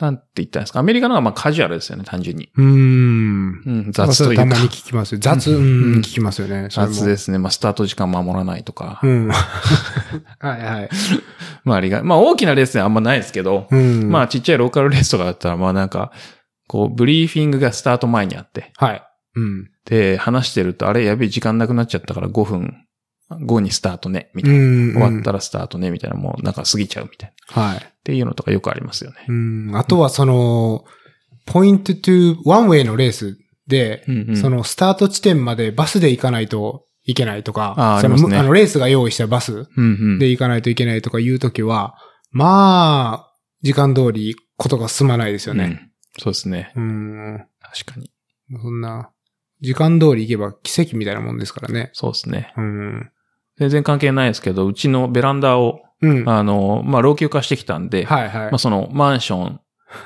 なんて言ったんですか。アメリカの方がまあカジュアルですよね、単純に。
うーん。
うん、
まあ
雑
そ
とい
れ
うか
た。まに聞きますよ。雑、
う
うんん
うん、
聞きますよね。それも
雑で。すね。まあスタート時間守らないとか。
うん。はいはい。
まあありが、まあ大きなレースではあんまないですけど、
うん。
まあちっちゃいローカルレースとかだったら、まあなんか、こう、ブリーフィングがスタート前にあって、
あ、はい。うん。
で、話してると、あれ、やべえ、時間なくなっちゃったから5分後にスタートね、みたいな。
終
終わった
ら。
らスタートね、みたいな、もうなんか過ぎちゃうみたいな。
はい。
っていうのとかよくありますよね。
うん。あとはその、ポイントトゥワンウェイのレースで、
うんうん
そのスタート地点までバスで行かないといけないとか、
あー
その
ありますね
あのレースが用意したバス
うんうん。
で行かないといけないとかいうときは、まあ、時間通りことが進まないですよね。
うんそうですね。
うん。
確かに。
そんな、時間通り行けば奇跡みたいなもんですからね。
そうですね。
うん。
全然関係ないですけど、うちのベランダを、
うん。はい
あの、まあ、老朽化してきたんで、
はい。ま
まあ、そのマンション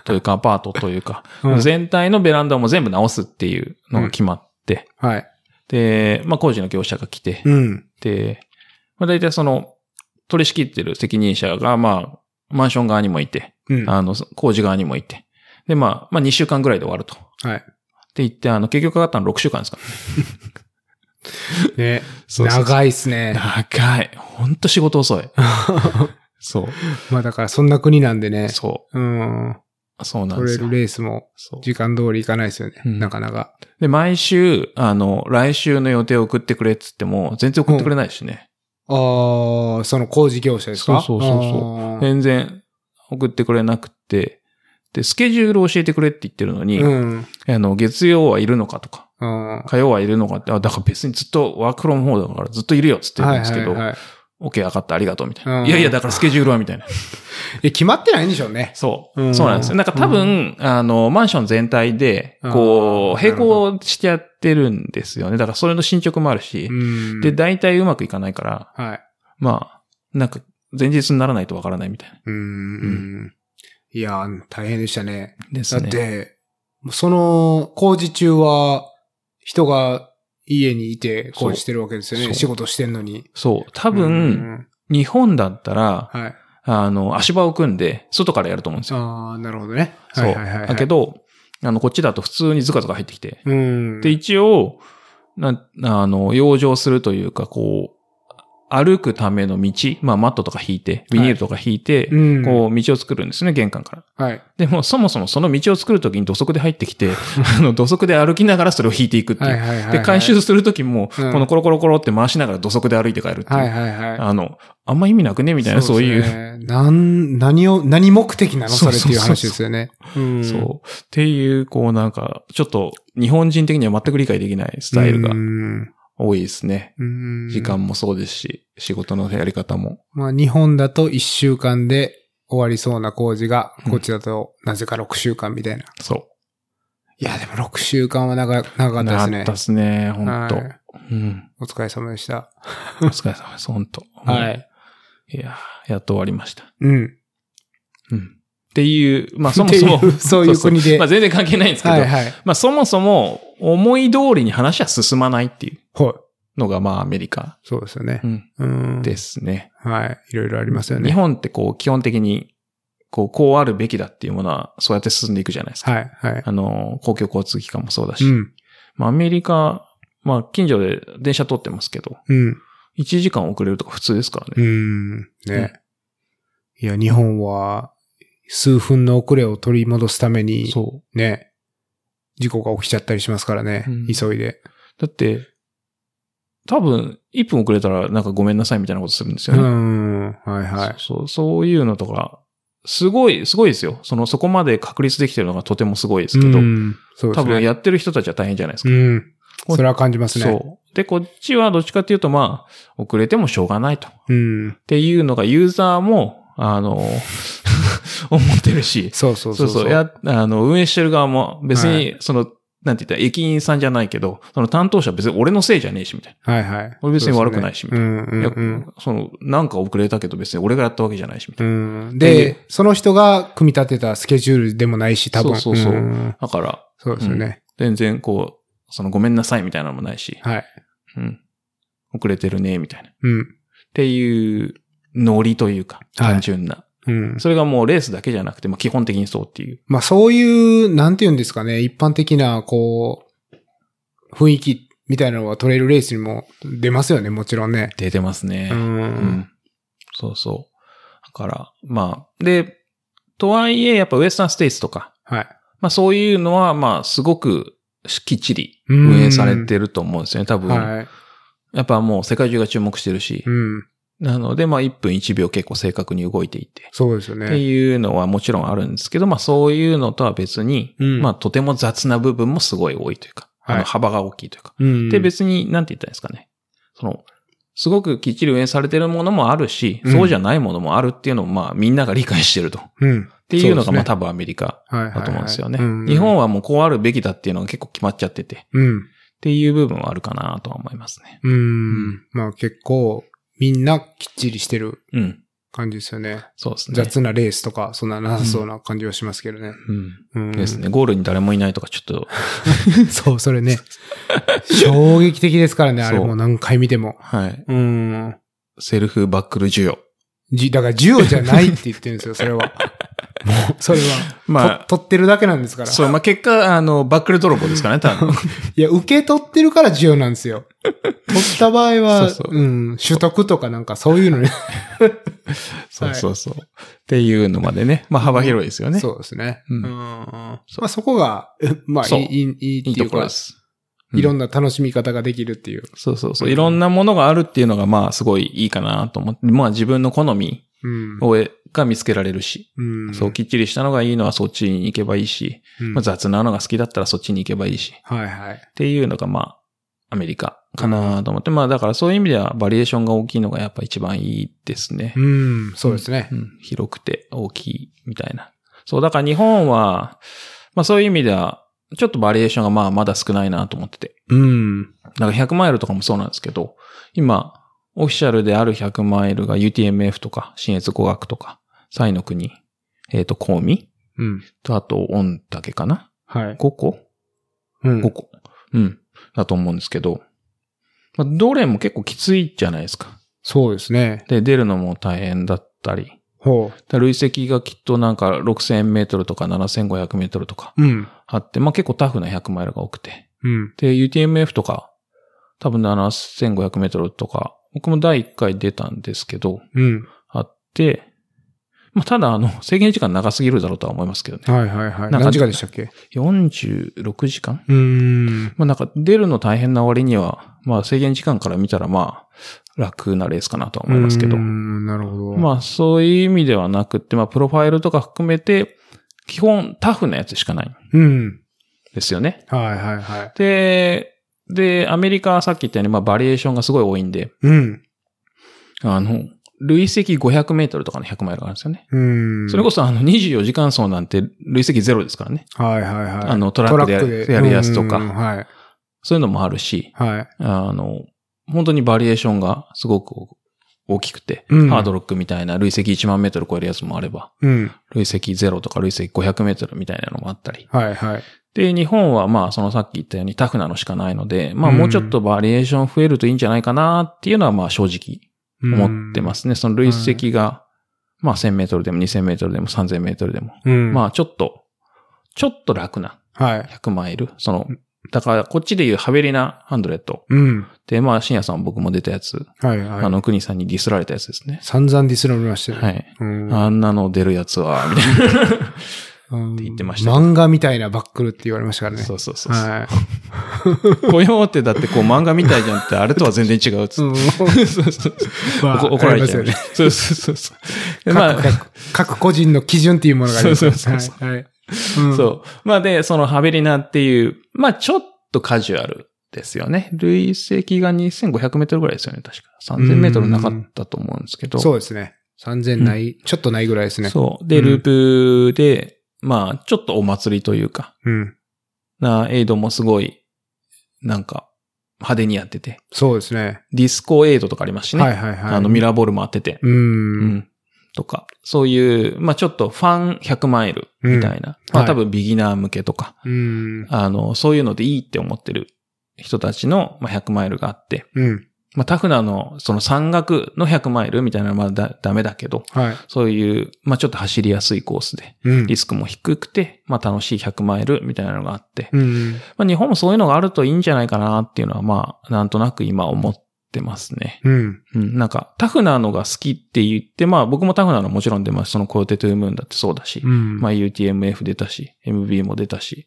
というかアパートというか、
うん
全体のベランダをもう全部直すっていうのが決まって、
はい。
で、まあ、工事の業者が来て、
うん。
で、まあ、大体その、取り仕切ってる責任者が、まあ、マンション側にもいて、
うん。は
あの、工事側にもいて、で、まあ、まあ、2週間ぐらいで終わると。
い。
って言って、あの、結局かかったの6週間ですからね。
ね。
そうそうそう
長いっすね。
長い。ほんと仕事遅い。そう。
まあだからそんな国なんでね。
そ
うん。
う。そうなん
ト
で
レ
す
イル
よ。
レースも
そう
時間通り行かないですよね。
うん
なかなか。
で、毎週、あの、来週の予定を送ってくれっつっても、全然送ってくれないしね。
ああ、その工事業者ですか
そうそうそうそう
あー
全然送ってくれなくて、で、スケジュール教えてくれって言ってるのに、
うん。
あの、月曜はいるのかとか、
うん。
火曜はいるのかって、あ、だから別にずっとワークフロムホームだからずっといるよっつって言うんですけど、
はいはいはい
OK 分かった、ありがとうみたいな。
うん
いやいや、だからスケジュールはみ たいな。
え、決まってないんでしょうね。
そう、
うん
そうなんですよ。なんか多分、あの、マンション全体で、こう、
あーな
並
るほど
行してやってるんですよね。だからそれの進捗もあるし、
うん。
で、大体うまくいかないから、
はい。
まあ、なんか、前日にならないとわからないみたいな。
うん。うん、いやー、大変でしたね。
です
だっ
ね。
て、その工事中は人が家にいて工事してるわけですよ
そ
ね。
う
仕事してんのに。
そう。多
多
分、、日本だったら、
はい。
あの、足場を組んで、外からやると思うんですよ。
ああ、なるほどね。
そう。
はいはいはい、はい。
だけど、あの、こっちだと普通にズカズカ入ってきて。
うん。
で、一応、な、あの、養生するというか、こう、歩くための道、まあ、マットとか引いて、ビニールとか引いて、
うん、
こう、道を作るんですね、玄関から。
はい。
でも、そもそもその道を作るときに土足で入ってき て、あの、土足で歩きながらそれを引いていくって。
はいいうはいはい。
で、回収するときも、こ
うん
のコロコロコロって回しながら土足で歩いて帰るって
はい
いう。
はいはい。
あの、あんま意味なくねみたいな、そういう
で。すね。なん、何を、何目的なのそれっていう話ですよね。うん
そう。っていう、こうなんか、ちょっと日本人的には全く理解できないスタイルが
うん
多いですね。
うん
時間もそうですし、仕事のやり方も。
まあ、日本だと1週間で終わりそうな工事が、こっちだとなぜか6週間みたいな。
そ
いや、でも6週間は長か長
う。
かったです
な
ね。
ったっすね、ほんと。
はい
うん。
お疲れ様でした。
お疲れ様です、ほんと。
はい。
い。いやー、やっと終わりました。
うん。
うん。っていう、まあそもそも
ってい、うそういう国で
まあ全然関係ないんですけど、
はいはい。
まあそもそも思い通りに話は進まないっていう
はい。
のがまあアメリカ、
そうですよね。
うん、
うん。
ですね。
はい。いろいろありますよ
日
ね。
本ってこう、基本的に、こう、こうあるべきだっていうものは、そうやって進んでいくじゃないですか。
はい、はい。
あの、公共交通機関もそうだし。
うん。
まあ、アメリカ、まあ、近所で電車通ってますけど、
うん。
1時間遅れるとか普通ですからね。
うん。
うん
ね。いや、日本は、数分の遅れを取り戻すために、
そ
ね。事故が起きちゃったりしますからね。
うん
急いで。
う。だって、多分、1分遅れたらなんかごめんなさいみたいなことするんですよ
う
ね。
ん。はい、はい。
そう、そういうのとか、すごい、すごいですよ。その、そこまで確立できてるのがとてもすごいですけど、
うん、そうです
多
ね。
分やってる人たちは大変じゃないですか。
うん。それは感じますね。
そう。で、こっちはどっちかっていうと、まあ、遅れてもしょうがないと。
うん。
っていうのがユーザーも、あの、 思ってるし、
そうそう
そ
そうう。
そう、や、あの、運営してる側も別
は
に、その、なんて言ったら、駅員さんじゃないけど、その担当者は別に俺のせいじゃねえし、みたい
はいはい。
俺別に悪くないし
そうですねうん
な。いや
うん
その、なんか遅れたけど別に俺がやったわけじゃないし、みた
う
いな。
ん。うん。
っていう
で、その人が組み立てたスケジュールでもないし、多分。
そうそうそうんだから、
そうですよね。
全然こう、そのごめんなさいみたいなのもないし、
はい。
うん。遅れてるね、みたいな。っ
うん。
ていう、ノリというか、
はい
単純な。
うん。
それがもうレースだけじゃなくて、まあ基本的にそうっていう。
まあそういう、なんて言うんですかね、一般的な、こう、雰囲気みたいなのはトレイルレースにも出ますよね、もちろんね。
出てますね。
うん。
うん。そうそう。だから、まあ、で、とはいえ、やっぱウエスタンステイツとか、
はい。
まあそういうのは、まあすごくきっちり
うん
運営されてると思うんですよね、多分。
はい。
やっぱもう世界中が注目してるし、
うん。
なので、まあ1分1秒結構正確に動いていて、
そうですよ
って
ね。
いうのはもちろんあるんですけど、まあそういうのとは別に、
うん
まあとても雑な部分もすごい多いというか、
はい
あの幅が大きいというか、
うん
で、別に、なんて言ったらいいんですかね。その、すごくきっちり運営されてるものもあるし、
うん
そうじゃないものもあるっていうのを、まあ、みんなが理解してる と。っ
うん。って
いうのが、まあ、多分アメリカ
分、はいはいは
だ
い
と思うんですよね。
うん
日本はもうこうあるべきだっていうのが結構決まっちゃってて、っ
うん。
ていう部分はあるかなとは思いますね。
うん。まあ結構、みんなきっちりしてる
うん。
感じですよね。
そうですね。
雑なレースとか、そんななさそうな感じはしますけどね。
うん。
うん。
です。ね。ゴールに誰もいないとか、ちょっと、
そう、それね。衝撃的ですからね、あれ
そ
も
う
う何回見ても。
はい。
うん。
セルフバックル需要。
じ、だから需要じゃないって言ってるんですよ、それは。もう、それは。
まあ、
と取ってるだけなんですから。
そう、まあ、結果、あの、バックル泥棒ですからね、多 分。
いや、受け取ってるから需要なんですよ。取った場合は、
そうそう
うん、取得とかなんかそういうのね。
そうそうそう。っていうのまでね。まあ、幅広いですよね。
そうですね。
う
うんん。まあそこが、えまあ
そう
いい、いい、いい
いい
ってい
と
う
ころ
か
で、す。
いろ
な。
んな楽しみ方ができるっていう。
そうそうそう。いろんなものがあるっていうのが、まあ、すごいいいかなと思って、まあ、自分の好み
うん。
をが見つけられるし、
うん。
そう、きっちりしたのがいいのはそっちに行けばいいし、
うん
まあ、雑なのが好きだったらそっちに行けばいいし、っ
はいはい。
ていうのがまあ、アメリカかなと思って、まあだからそういう意味ではバリエーションが大きいのがやっぱ一番いいですね。
うん、そうですね
う。ん、広くて大きいみたいな。そう、だから日本は、まあそういう意味では、ちょっとバリエーションがまあまだ少ないなと思ってて。
うん。
なんか100マイルとかもそうなんですけど、今、オフィシャルである100マイルが UTMF とか、新越語学とか、サイの国、えっ、と、コーミ
うん。
と、あと、オンだけかな
はい。
?5 個
うん。
?5 個。うん。だと思うんですけど、まあ、どれも結構きついじゃないですか。
そうですね。
で、出るのも大変だったり、だ
ほ
から累積がきっとなんか6000メートルとか7500メートルとか
う。うん。
あって、まあ結構タフな100マイルが多くて。
うん。
で、UTMF とか、多分7500メートルとか、僕も第1回出たんですけど、
うん。
あって、まあただあの、 制限時間長すぎるだろうとは思いますけどね。
はいは
な
いはい。
んか
何時間でしたっけ
46時間
うーん。
まあなんか出るの大変な割には、まあ制限時間から見たらまあ楽なレースかなとは思いますけど。
うーんなるほど。あ、
まあそういう意味ではなくって、まあプロファイルとか含めて、基本タフなやつしかないん
うん。
ですよね。
はいはいはい。
で、で、アメリカはさっき言ったように、まあバリエーションがすごい多いんで、
うん。
あの、累積500メートルとかの100マイルがあるんですよね。
うん。
それこそあの24時間走なんて累積ゼロですからね。
そ、はいはいはい。
あのトラックでややるやつとか
うんはい。
そういうのもあるし、
はい。
あの、本当にバリエーションがすごく大きくて、
うん
ハードロックみたいな累積1万メートル超えるやつもあれば、
うん。
累積ゼロとか累積500メートルみたいなのもあったり、
はいはい。
で、日本はまあ、そのさっき言ったようにタフなのしかないので、まあ、
うん。
もうちょっとバリエーション増えるといいんじゃないかなっていうのはまあ、正直思ってますすね。その累積が、まあ、1000メートルでも2000メートルでも3000メートルでも、
うん。
まあ、ちょっと、ちょっと楽な
あ。はい。
100マイル。その
う、
だから、こっちで言うハベリナ100
うん。
で、まあ、深夜さん僕も出たやつ、
はいはい。
あの、国さんにディスられたやつですね。
散々ディスられましたよ。。
はいい。
うん。
あんなの出るやつは、みたい
って
言ってましたけ
漫画みたいなバックルって言われましたから
な。
ね。
そうそうそうそう。
は
こようってだってこう漫画みたいじゃんって、あれとは全然違うっつっ
い。うん
て。そうそうそう。
まあ
怒怒られちゃ
あ
う、
り
ね
ま。
そうそうそうそう。
すよね
まあ、
各各個人の基準っていうものがありますよね
そうそうそう
はい。はいうん
そう。まあで、そのハベリナっていう、まあちょっとカジュアルですよね。累積が2500メートルぐらいですよね、確か。3000メートルなかったと思うんですけど。
そうですね。3000ない、ちょっとないぐらいですね。
そう。で、
うん
ループで、まあちょっとお祭りというか、
うん。
な、エイドもすごい、なんか、派手にやってて。
そうですね。
ディスコエイドとかありますしね。
はいはいはい。
あの、ミラーボールも当てて。
う。
うんん。とか、そういう、まあちょっとファン100マイルみたいな。まあ多分ビギナー向けとか、
うん。
あの、そういうのでいいって思ってる人たちの、まあ、100マイルがあって、
うん。
まあタフなの、その山岳の100マイルみたいなのはまだダメだけど、
はい。
そういう、まあちょっと走りやすいコースで、
うん。
リスクも低くて、まあ楽しい100マイルみたいなのがあって、
うん。
まあ日本もそういうのがあるといいんじゃないかなっていうのは、まあなんとなく今思ってますね。
うん。
うん、なんか、タフなのが好きって言って、まあ僕もタフなのもちろん出ます。そのコーテトゥームーンだってそうだし、
うん。
まあ UTMF 出たし、MB も出たし、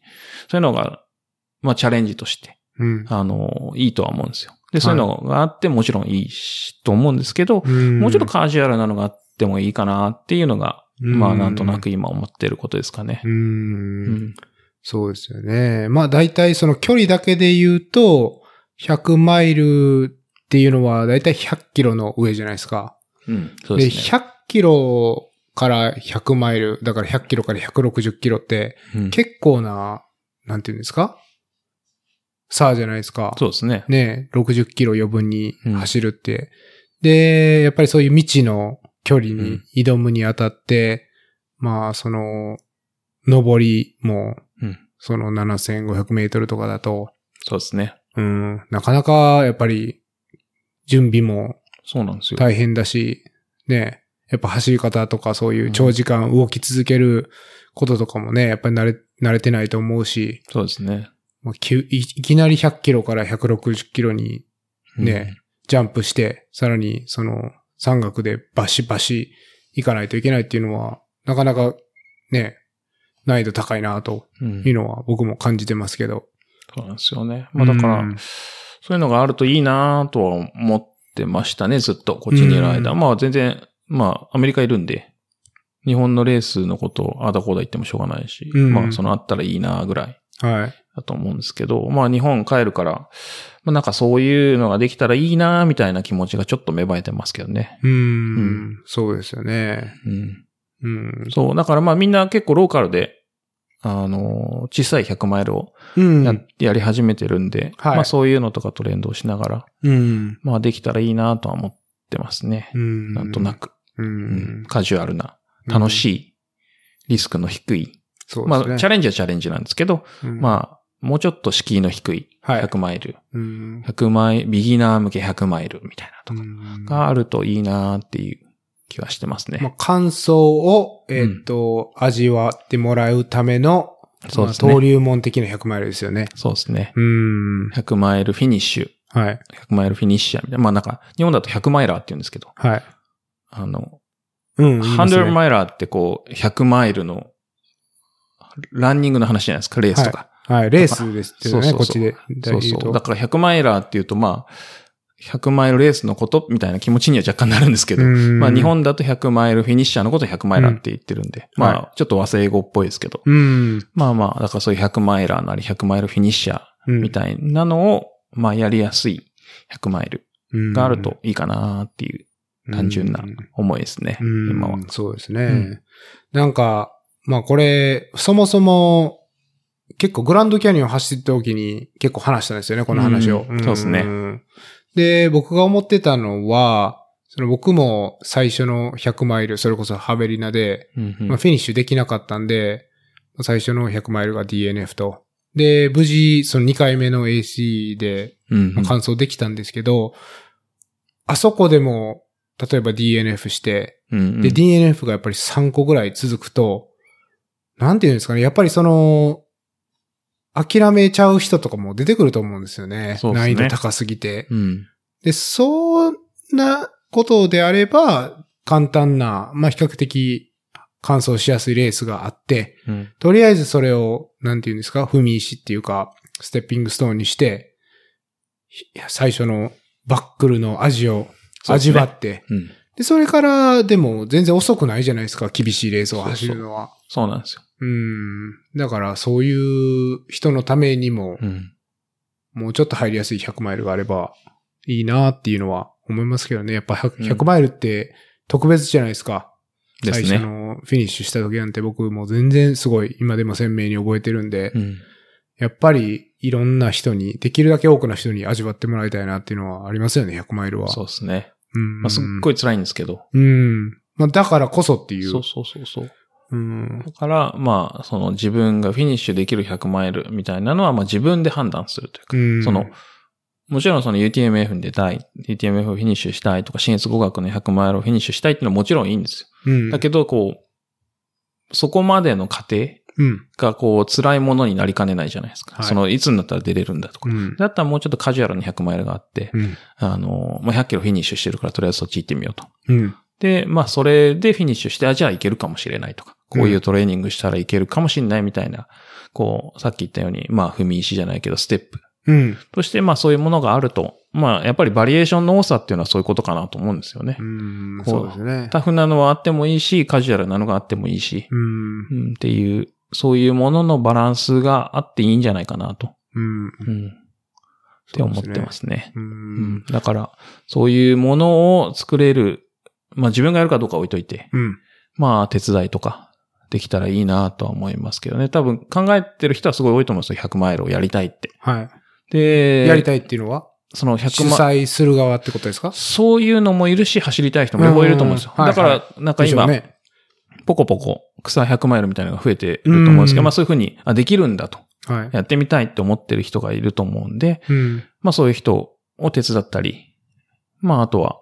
そういうのが、まあチャレンジとして、
うん。
あの、いいとは思うんですよ。で、そういうのがあってもちろんいいし、と思うんですけど、
うん
もうちょっとカジュアルなのがあってもいいかなっていうのが、
うん
まあなんとなく今思ってることですかね
う。。
うんん。
そうですよね。まあ大体その距離だけで言うと、100マイルっていうのは大体100キロの上じゃないですか。
うん。そうですね。
100キロから100マイル、だから100キロから160キロって、
うん
結構な、なんていうんですかさあじゃないですか。
そうですね。
ね、60キロ余分に走るって。で、やっぱりそういう未知の距離に挑むにあたって、まあ、その、上りも、
うん
その7500メートルとかだと、
そうですね。
うん、なかなかやっぱり準備も
そうなんですよ。
大変だし、ね、やっぱ走り方とかそういう長時間動き続けることとかもね、やっぱり慣れ、慣れてないと思うし、
そうですね。
まあ、きゅいいきなり100キロから160キロに
うん
ねジャンプして、さらにその山岳でバシバシ行かないといけないっていうのは、なかなかね、難易度高いなと
うん
いうのは僕も感じてますけど。
そうなんですよね。まあだから、
うん
そういうのがあるといいなとは思ってましたね、ずっと、こっちにいる間。
うん
まあ全然、まあ、アメリカいるんで、日本のレースのことをああだこうだ言ってもしょうがないし、
うん
まあ、そのあったらいいなぐらい
はい。
だと思うんですけど、まあ、日本帰るから、まあ、なんかそういうのができたらいいなみたいな気持ちがちょっと芽生えてますけどね。
うー。
うん
そうですよね。
うん。
うん。
そう、だからまあみんな結構ローカルで、あの、小さい100マイルを
うん。
や,、やり始めてるんで、
はい
まあそういうのとかと連動しながら、
うん。
まあできたらいいなとは思ってますね。
うん。
なんとなく、
う
うんん。カジュアルな、楽
い。
しい、リスクの低い、
そう
ま
です
あ
ね。
チャレンジはチャレンジなんですけど、
あ、
まあもうちょっと敷居の低い
はい。
100マイル、
うん。
100マイル、ビギナー向け100マイルみたいなとか
うん
があるといいなっていう気はしてますね。
まあ、感想を、えっ、と、味わってもらうための、
そうです
ま
ね。
あ登竜門的な100マイルですよね。
そうですね。
うーん。
100マイルフィニッシュ。
はい。
100マイルフィニッシャーみたいな。まあなんか、日本だと100マイラーって言うんですけど、
はい。
あの、
うん。言いますね
100マイラーってこう、100マイルの、ランニングの話じゃないですか、レースとか。
はい。レースですよね、こっちで。
そう
言
そうう。
と
だから100マイラーっていうと、まあ、100マイルレースのことみたいな気持ちには若干なるんですけど、
うん
まあ日本だと100マイルフィニッシャーのことを100マイラーって言ってるんで、
うん
ま
は
あちょっと和製英語っぽいですけど、
うん。
まあまあ、だからそういう100マイラーなり100マイルフィニッシャーみたいなのを、まあやりやすい100マイル
い
があるといいかなっていう単純な思いですね。
うん
今は
うん。そうですね。
ん
なんか、まあこれ、そもそも、結構グランドキャニオン走ってた時に結構話したんですよね、この話を。
うんそうですね
んで、僕が思ってたのは、その僕も最初の100マイル、それこそハベリナで、
うんうん
まあ、フィニッシュできなかったんで、最初の100マイルが DNF と。で、無事、その2回目の AC で
うんうん
完走できたんですけど、あそこでも、例えば DNF して、
うんうん
で、DNF がやっぱり3個ぐらい続くと、なんていうんですかね、やっぱりその、諦めちゃう人とかも出てくると思うんですよね。
そうです
難
ね
易度高すぎて。
うん
で、そんなことであれば、簡単な、まあ、比較的、完走しやすいレースがあって、
うん
とりあえずそれを、なんていうんですか、踏み石っていうか、ステッピングストーンにして、ひ最初のバックルの味を
そうです
味
ね
わって、
うん
で、それから、でも全然遅くないじゃないですか、厳しいレースを走るのは。
そうなんですよ。
うん。だから、そういう人のためにも、
うん
もうちょっと入りやすい100マイルがあればいいなっていうのは思いますけどね。やっぱ 100,
うん
100マイルって特別じゃないですか。
です
最
ね。
初のフィニッシュした時なんて僕もう全然すごい今でも鮮明に覚えてるんで、
うん
やっぱりいろんな人に、できるだけ多くの人に味わってもらいたいなっていうのはありますよね、100マイルは。
そうですね。
うん。
まあ、すっごい辛いんですけど。
うん。まあ、だからこそっていう。
そうそうそうそう。
うん。
だから、まあ、その自分がフィニッシュできる100マイルみたいなのは、まあ自分で判断するというか、
うん
その、もちろんその UTMF に出たい、UTMF をフィニッシュしたいとか、新越語学の100マイルをフィニッシュしたいっていうのはもちろんいいんですよ。
うん。
だけど、こう、そこまでの過程
うん。
がこう辛いものになりかねないじゃないですか。
はい
そのいつになったら出れるんだとか。
うん。
だったらもうちょっとカジュアルな100マイルがあって、
うん。
あの、まあ、100キロフィニッシュしてるからとりあえずそっち行ってみようと。
うん。
で、まあそれでフィニッシュして、あ、じゃあ行けるかもしれないとか、こういうトレーニングしたらいけるかもしれないみたいな、こう、さっき言ったように、まあ踏み石じゃないけどステップ
うん。
として、まあそういうものがあると、まあやっぱりバリエーションの多さっていうのはそういうことかなと思うんですよね。
うん。
こう
そうですね。
タフなのはあってもいいし、カジュアルなのがあってもいいし、
うん。
うん、っていう、そういうもののバランスがあっていいんじゃないかなと。
うん。
うん。って思ってますね。
う
うんん。。だから、そういうものを作れる、まあ自分がやるかどうかは置いといて、
うん。
まあ手伝いとかできたらいいなとは思いますけどね。多分考えてる人はすごい多いと思うんですよ。100マイルをやりたいって。
は
で、
い。やり
い。
たいっていうのは
その
主
100マイル。
催する側ってことですか
そういうのもいるし、走りたい人も両方いると思うんですよ。
うんうん
だから、
はい
なんか今、
でしょうね
ポコポコ草100マイルみたいなのが増えてると思うんですけど、
うん
まあそういうふうに、あ、できるんだと。
はい。
やってみたいって思ってる人がいると思うんで、
うん。
まあそういう人を手伝ったり、まああとは、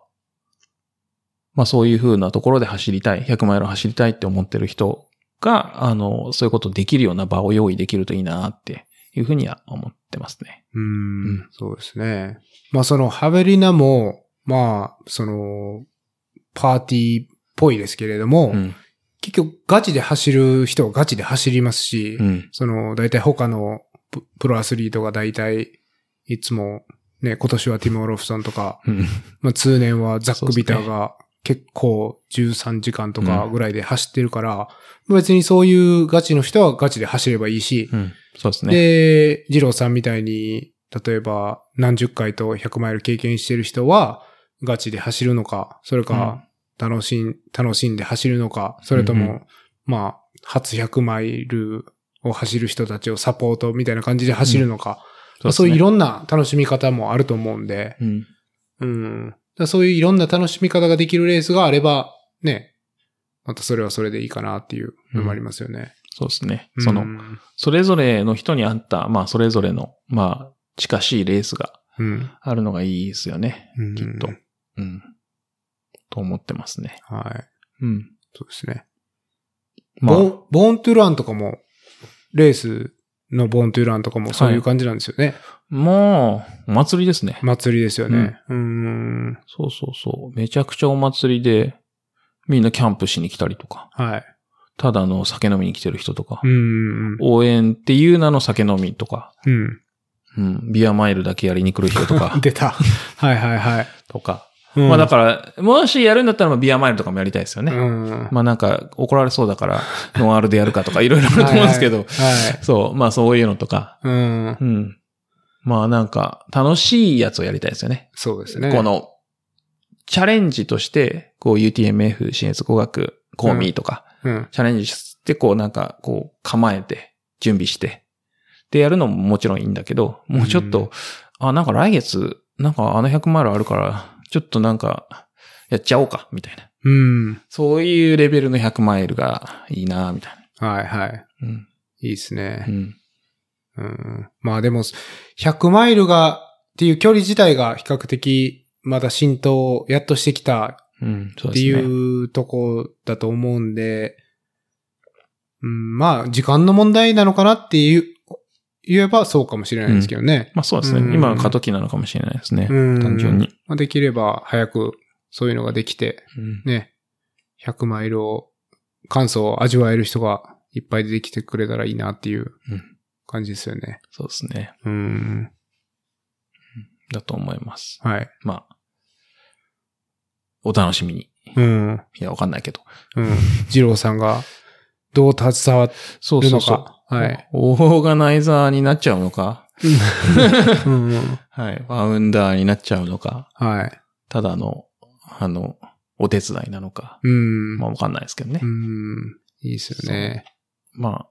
まあそういう風なところで走りたい、100マイル走りたいって思ってる人が、あの、そういうことできるような場を用意できるといいなっていうふうには思ってますね。
う
うんん。
そうですね。まあ、その、ハベリナも、まあ、その、パーティーっぽいですけれども
う、ん。
結局、ガチで走る人はガチで走りますし
う、ん。
その、大体他のププロアスリートが大体、いつも、ね、今年はティム・オロフソンとか、
うん。
まあ、通年はザック・ビターが結構13時間とかぐらいで走ってるから、別にそういうガチの人はガチで走ればいいし、
うん。そうですね。
で、二郎さんみたいに、例えば何十回と100マイル経験してる人は、ガチで走るのか、それか、楽しん、楽しんで走るのか、それとも、
うんう
まあ、初100マイルを走る人たちをサポートみたいな感じで走るのか、まあそういうい
色。
ろんな楽しみ方もあると思うんで、
うん。
うん。だからそういういろんな楽しみ方ができるレースがあれば、ね、またそれはそれでいいかなっていうのもありますよね。
そうですね。その
う、ん
それぞれの人に合った、まあ、それぞれの、まあ、近しいレースが
うん。
あるのがいいですよね。
うん
きっと。うん。と思ってますね。
はい。
うん。
そうですね。
まあ
ボ、ン、ボーントゥランとかも、レースのボーントゥランとかもそういう感じなんですよね。
もう、お祭りですね。
祭りですよね。うーん。
そうそうそう。めちゃくちゃお祭りで、みんなキャンプしに来たりとか、
はい。
ただの酒飲みに来てる人とか
う、ん。
応援っていう名の酒飲みとか、
うん。
うん、ビアマイルだけやりに来る人とか、
出た。はいはいはい。
とか。
うん
まあだから、もしやるんだったらまあビアマイルとかもやりたいですよね。
うん。
まあなんか怒られそうだから、ノンアルでやるかと かいろいろあると思うんですけ
は
ど
い、はい。はい
そう、まあそういうのとか、
うん。
うん。まあなんか、楽しいやつをやりたいですよね。
そうですね。
この、チャレンジとして、こう UTMF、新越工学、公民とか、
うん。
チャレンジして、こうなんか、こう構えて、準備して、でやるのももちろんいいんだけど、もうちょっと、
うん
あ、なんか来月、なんかあの100マイルあるから、ちょっとなんか、やっちゃおうか、みたいな。
うん。
そういうレベルの100マイルがいいな、みたい
はいはい。
な。うん。
いいですね
う。ん。
うんまあでも、100マイルが、っていう距離自体が比較的、まだ浸透をやっとしてきた
うん。そう
っ
で
て
すね。
いうとこだと思うんで、うん、まあ、時間の問題なのかなっていう、言えばそうかもしれないですけどね。
まあそうですね。
うん
今が過渡期なのかもしれないですね。
うん
単純に。
まあ、できれば早くそういうのができて、
うん
ね、100マイルを、感想を味わえる人がいっぱい出てきてくれたらいいなっていう
うん
感じですよね。
そうですね。
うん。
だと思います。
はい。
まあ、お楽しみに。
うん。
いや、わかんないけど。
うん。二郎さんがどう携 わる
そうそう
の
そう。
か。はい。
オーガナイザーになっちゃうのか
うんうん
はい。ファウンダーになっちゃうのか
はい。
ただの、あの、お手伝いなのか
うん。
まあ、わかんないですけどね
う。ん。いいですよね。
ま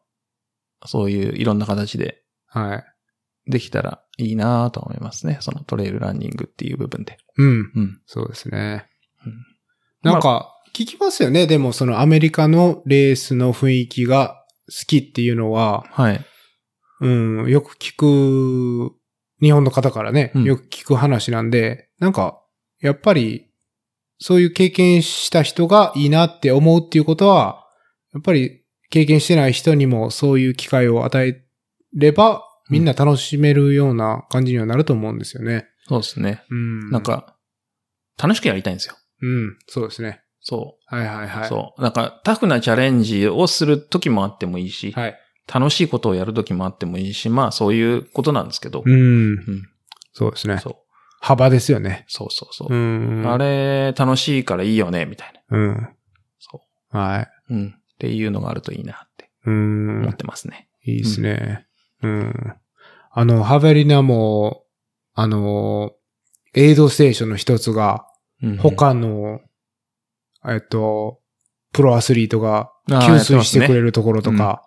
あ、そういういろんな形で
はい。
できたらいいなと思いますね。そのトレイルランニングっていう部分で。
うん。
うん。
そうですね
うん。
なんか、聞きますよね。でも、そのアメリカのレースの雰囲気が好きっていうのは、
はい。
うん、よく聞く、日本の方からね、
うん
よく聞く話なんで、なんか、やっぱり、そういう経験した人がいいなって思うっていうことは、やっぱり経験してない人にもそういう機会を与えれば、みんな楽しめるような感じにはなると思うんですよね。
そうですね。
うん。
なん、か、楽しくやりたいんですよ。
うん、そうですね。
そう。
はいはいはい。
そう。なんか、タフなチャレンジをする時もあってもいいし、
はい。
楽しいことをやる時もあってもいいし、まあ、そういうことなんですけど。
うん。
うん
そうですね。
そう。
幅ですよね。
そうそうそうう。
ん。
あれ、楽しいからいいよね、みたいな。
うん。
そ
はい。
う。うん。っていうのがあるといいなって
うん
思っ。てますね。
いいですね。うん。あの、ハベリナも、あの、エイドステーションの一つが、
うん。
他の、えっと、プロアスリートが
あー
給水してく
やってますね
れるところとか、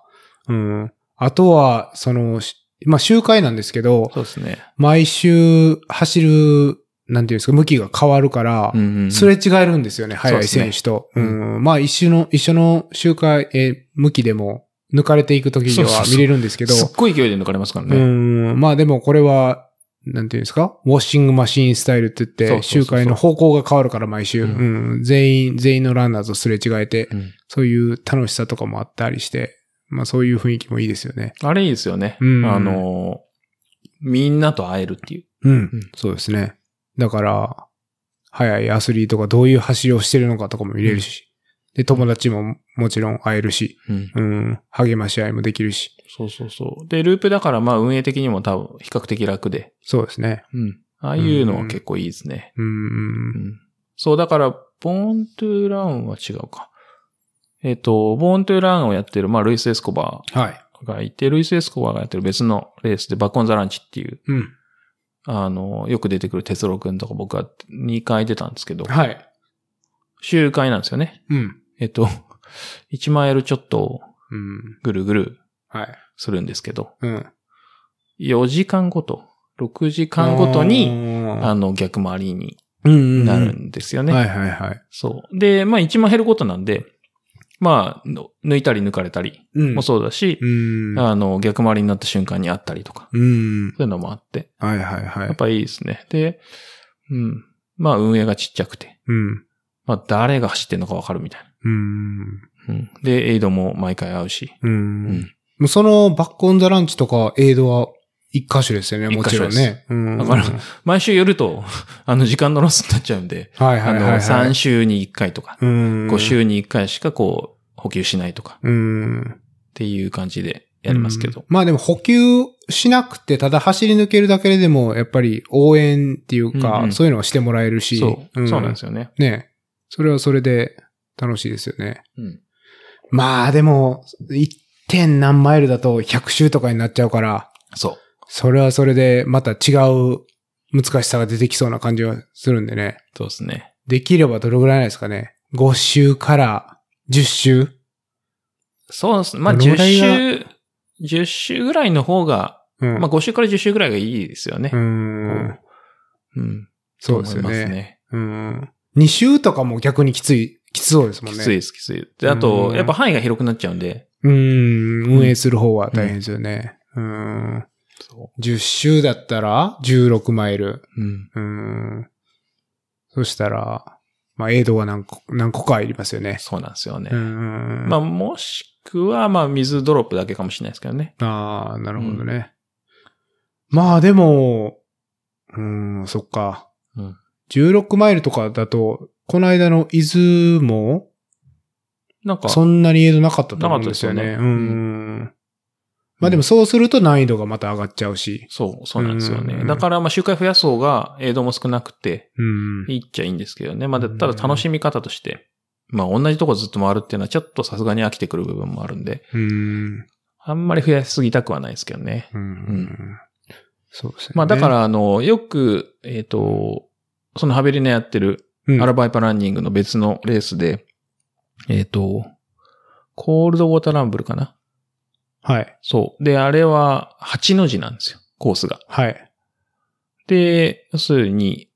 うん。あとは、その、しまあ、周回なんですけど、
そうですね。
毎週走る、なんていうんですか、向きが変わるから、
ん
すれ違えるんですよね、速い選手と。
そううですね
ん。まあ、一緒の、一緒の周回、えー向きでも、抜かれていくときに
そうそう
は
そう
見れるんですけど、
すっごい勢いで抜かれますから
う
ね。
ん。まあでもこれは、なんていうんですかウォッシングマシーンスタイルって言っ
そう
て、
そうそうそう
周回の方向が変わるから毎週、
う
うんん全員、全員のランナーとすれ違えて、
うん
そういう楽しさとかもあったりして、まあそういう雰囲気もいいですよね。
あれいいですよね。
うん
あの、みんなと会えるっていう。
うん。
ん
そうですね。だから、速いアスリートがどういう走りをしてるのかとかも見れるし、で、友達ももちろん会えるし、
うん。
うん、励まし合いもできるし、
そうそうそう。で、ループだから、まあ、運営的にも多分、比較的楽で。
そうですね。
うん。ああいうのは結構いいですね。
うん。
うん。そう、だから、ボーントゥーランは違うか。えっ、と、ボーントゥーランをやってる、まあ、ルイス・エスコバ
はい。
ーがいて、ルイス・エスコバーがやってる別のレースで、バックオン・ザ・ランチっていう、
うん。
あの、よく出てくる哲郎くんとか僕は2回出たんですけど、
はい。
周回なんですよね。
うん。
えっ、と、1マイルちょっと
うん。
ぐるぐる
はい。
するんですけど、
うん。
4時間ごと、6時間ごとに、あ
あ
の、逆回りに
うんうん。
なるんですよね。
はいはいはい。
そう。で、まあ1万減ることなんで、まあ、の抜いたり抜かれたり
うん。
もそうだし、
うん。
あの、逆回りになった瞬間にあったりとか、
うん。
そういうのもあって、
はいはいは
やっ
い。
ぱいいですね。で、うん。まあ運営がちっちゃくて、
うん。
まあ誰が走ってんのかわかるみたい
うん。
な。うん。で、エイドも毎回会うし、
う。
うんん。
もうそのバックオンザランチとかエイドは一箇所ですよね、もちろん
一箇所で
ね。うん
だから
はい
毎週寄ると、 あの時間のロスになっちゃうんで、
はい
あ
はい
の、
はい。
3週に1回とか、
うん。
5。週に1回しかこう、補給しないとか、
うん。
っていう感じでやりますけど
うん。まあでも補給しなくて、ただ走り抜けるだけでも、やっぱり応援っていうか、
うんうん
そういうのはしてもらえるし。
そう、そうなんですすよね。
ね。それはそれで楽しいですよね。
うん。
まあでも、1点何マイルだと100周とかになっちゃうから、
そう。
それはそれでまた違う難しさが出てきそうな感じはするんでね。
そうですね。
できればどれぐらいなんですかね。5周から10周
そうですね。まあ、
どのぐらいが
10周、10周ぐらいの方が、
うん。
まあ、5周から10周ぐらいがいいですよね
う。ん。
うん。
そうですよ
と思い
ね。
ますね。
うん。2周とかも逆にきつい、きつそうですもん
き
ね。
ついです、きつい。で、あと
う、ん
やっぱ範囲が広くなっちゃうんで、
うん、運営する方は大変ですよね。うん。
そ
10周だったら16マイル。
う。うん。
うん。そしたら、まあ、エイドは何個、何個かいりますよね。
そうなんですよね
う。ん。
まあ、もしくは、まあ、水ドロップだけかもしれないですけどね。
ああ、なるほどね。まあでも、うん、そっか。
うん
16マイルとかだと、この間の伊豆も、
なんか、
そんなにエイドなかったと思うんですよね。
なかったで
う
すよね
ん。まあでもそうすると難易度がまた上がっちゃうし。
そう、そうなんですよ
う
ね。
ん
だから、まあ、周回増やそうが、エイドも少なくて、
うん。
いいっちゃいいんですけどね。まあ、ただ楽しみ方として、まあ、同じとこずっと回るっていうのは、ちょっとさすがに飽きてくる部分もあるんで、
うん。
あんまり増やしすぎたくはないですけどね。
うん。そうですね。
まあだか、ら、あの、よく、えっ、と、そのハベリナやってる
うん、
アラバイパランニングの別のレースで、えっ、と、コールドウォーターランブルかな
はい。
そう。で、あれは8の字なんですよ、コースが。
はい。
で、要するに、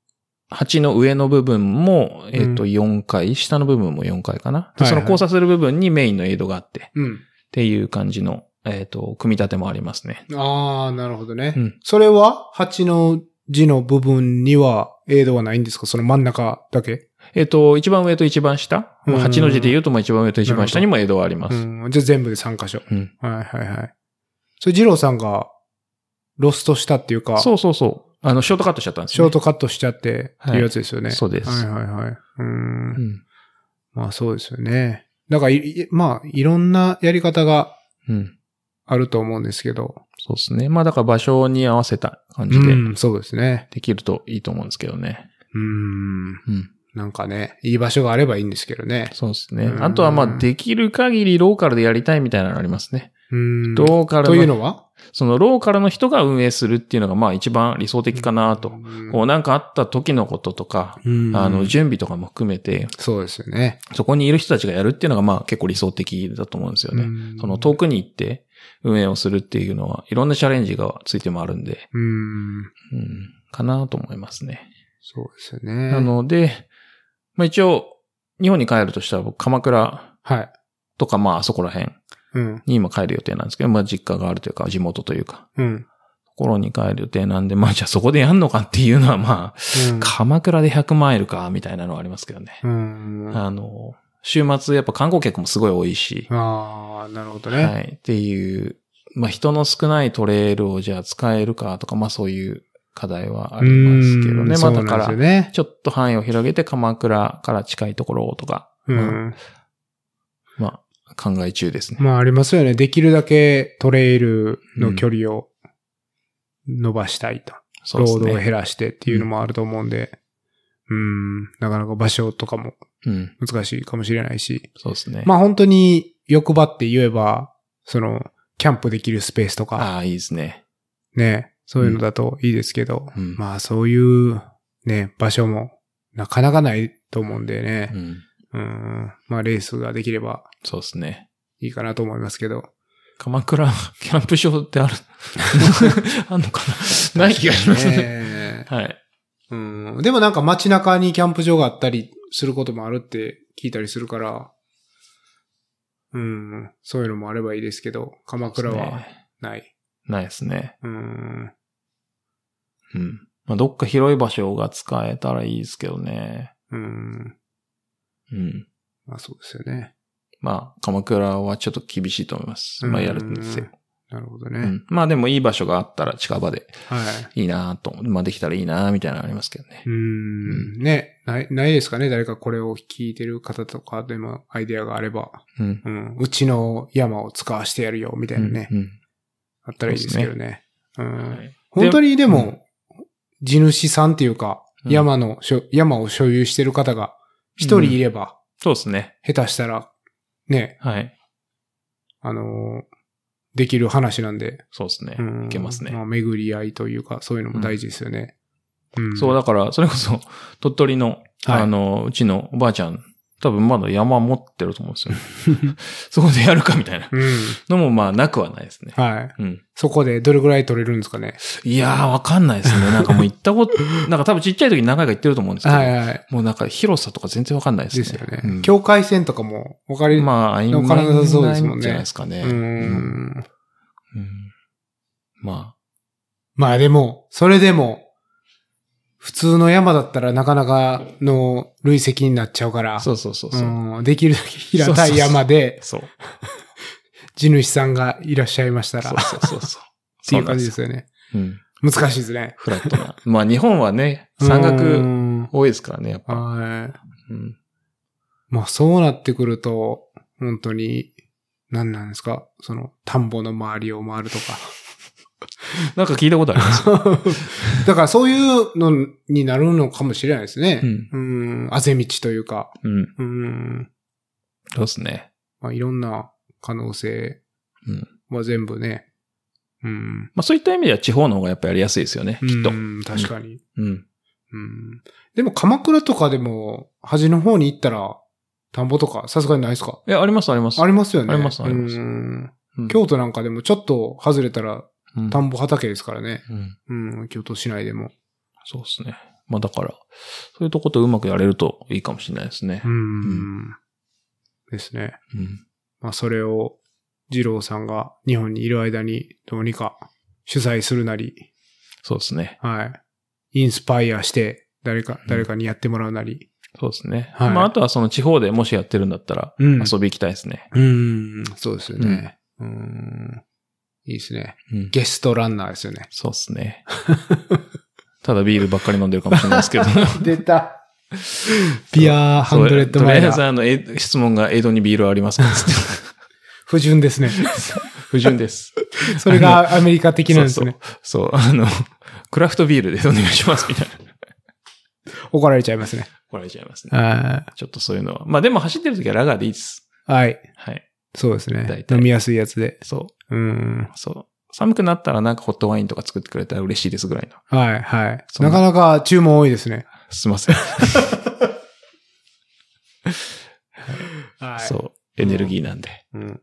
8の上の部分も、えっ、と、
うん
4回、下の部分も4回かな。で
はい
そ
はい
の交差する部分にメインのエイドがあって、っ
うん。
ていう感じの、えっ、と、組み立てもありますね。
ああ、なるほどね。
うん
それは、8の字の部分には、エイドはないんですかその真ん中だけ
えっ、と、一番上と一番下。ま
うん
あ、8の字で言うと、まあ一番上と一番下にも江戸はありま
う
す。
ん。じゃあ全部で3箇所。
うん。
はいはいはい。それ、二郎さんが、ロストしたっていうか、
そうそうそう。あの、ショートカットしちゃったんです
シ
よ、
ョー
ね。
トカットしちゃって、っていうやつですよね。
そうです
はいはいはい。うん。
うん。
まあそうですよね。だからい、いまあ、いろんなやり方が
うん。
あると思うんですけど。
そうですね。まあだから場所に合わせた感じで
うん、そうですね。
できるといいと思うんですけどね。
うん。
うん。
なんかね、いい場所があればいいんですけどね。
そうですね
う。ん
あとはまあできる限りローカルでやりたいみたいなのありますね。
うん。
ローカル
という
の、
のは
そのローカルの人が運営するっていうのがまあ一番理想的かなと。こうなんかあった時のこととか、
うん
あの、準備とかも含めて、
そうですよね。
そこにいる人たちがやるっていうのがまあ結構理想的だと思うんですよね。
うん
その遠くに行って運営をするっていうのは、いろんなチャレンジがついて回るんで、
うん。
うん、かなと思いますね。
そうですよね。
な、ので、まあ一応、日本に帰るとしたら僕、鎌倉
はい。
とか、まああそこら辺
うん。
に今帰る予定なんですけど、まあ実家があるというか、地元というか、
うん。うん
ところに帰る予定なんで、まあじゃあそこでやんのかっていうのはまあ、鎌倉で100マイルか、みたいなのはありますけどね。
うん。あ
あの、週末やっぱ観光客もすごい多いし、
あー、なるほどね。
はい。っていう、まあ、人の少ないトレイルをじゃあ使えるかとか、まあ、そういう課題はありますけどね。
うん
ま
そ
あ、
うな
だ
んで
か
す
ら
よ、ね。
ちょっと範囲を広げて鎌倉から近いところとか、
うん。
まあ、考え中ですね。
まあありますよね。できるだけトレイルの距離を伸ばしたいと。
そうです
ロードを
ね。
減らしてっていうのもあると思うんで。うん、なかなか場所とかも
うん。
難しいかもしれないし、
そうですね。
まあ本当に欲張って言えば、その、キャンプできるスペースとか、
ああ、いいですね。
ね、そういうのだといいですけど、
うん
まあそういう、ね、場所もなかなかないと思うんでね
う、ん。
うん、まあレースができれば
そうですね。
いいかなと思いますけど、
鎌倉、 キャンプ場ってある、 あんのかなない気がしますね。
ね
はい。
うん、でもなんか街中にキャンプ場があったりすることもあるって聞いたりするから、うん、そういうのもあればいいですけど、鎌倉はない。
ないですね。
うん、
うん。まあ、どっか広い場所が使えたらいいですけどね。
うん、
うん。
まあそうですよね。
まあ、鎌倉はちょっと厳しいと思います。まあ、やるんですよ。
なるほど
う
ね。
ん。まあ、でもいい場所があったら近場で
はい。
いいなと、まあ、できたらいいなみたいなのありますけどね
う。ん、ね、ない、ないですかね誰かこれを聞いてる方とかでもアイデアがあれば、
うん。
うん、うちの山を使わしてやるよ、みたいなね、
うんうん
あったらいいですけどね。うん
はい
本当にで
う
も、地主さんっていうか、
うん
山の所、山を所有してる方が一人いれば、
そうですね。
下手したら、ね、
はい。
あのーできる話なんで、
そうですね
う。ん
いけますね。
あ巡り合いというか、そういうのも大事ですよね。うん
そう、だから、それこそ、 鳥取の、
はい
あの、うちのおばあちゃん、多分まだ山持ってると思うんですよ。 そこでやるかみたいな
うん。
のも、まあ、なくはないですね。
はい。
うん。
そこでどれぐらい取れるんですかね。
いやー、わかんないですね。なんかもう行ったこと、 なんか多分ちっちゃい時に何回か行ってると思うんですけど、
はいはい。
もうなんか広さとか全然わかんないです
で
ね。
すよね。
うん
境界線とかも、わかり、
まあ、曖
お金
昧
なさそうです
な
もんね
んじゃないですかね。
う
うん
ん。
うんま
まあでも、それでも、普通の山だったらなかなかの累積になっちゃうから、
あ、そうそうそうそう。
うんできるだけ平たい山で、
そう。
地主さんがいらっしゃいましたら、
そ
っ
うそうそうそう。
ていう感じです
よ。
よね。
うん。
難しいですね。
フラット な。まあ、日本はね、山
う
岳
ん
多いですからね、やっぱ。
はい。
うん。
まあそうなってくると、本当に、何なんですかその、田んぼの周りを回るとか。
なんか聞いたことあります。
だからそういうのになるのかもしれないですね
う。ん。
うん、あぜ道というか。
うん。
うん。
そうですね。
まあ、いろんな可能性
うん。
は全部ね。うん。
まあ、そういった意味では地方の方がやっぱやりやすいですよね、きっと
う。ん、確かに。
うん。
うん。でも、鎌倉とかでも、端の方に行ったら、田んぼとか、さすがにないですか
え、あります、あります。
ありますよね。
ありますあります
うん
うん
京都なんかでも、ちょっと外れたら、
うん
田んぼ畑ですからね。
うん。
うん、京都市内でも。
そうですね。まあだから、そういうとことうまくやれるといいかもしれないですね
う。ん。ですね。
うん。
まあ、それを、二郎さんが日本にいる間に、どうにか、主催するなり、
そうですね。
はい。インスパイアして、誰か、誰かにやってもらうなり。
そうですね。
はい
まああとはその地方でもしやってるんだったら、
うん
遊び行きたいですね。
うん、そうですよね。うん。いいですね。
うん。
ゲストランナーですよね。
そうですね。ただビールばっかり飲んでるかもしれないです けど。
出た。ビアハンドレッドマイ
とりあ
ラ
えず
ー。
あの、え質問が江戸にビールありますかつって
不純ですね。
不純です。
それがアメリカ的なんです
そう
ね。
そう。そう、あの、クラフトビールでお願いしますみたいな。
怒られちゃいますね。
怒られちゃいますね。
は
ちょっとそういうのは。まあでも走ってる時はラガーでいいです。
いはい。
はい。
そうですね
大。体
飲みやすいやつで。
そう。
うん。
そう。寒くなったらなんかホットワインとか作ってくれたら嬉しいですぐらいの。
はい、はい。
そん
な
な
かなか注文多いですね。
すいません。
は
そう。エネルギーなんで。
うん。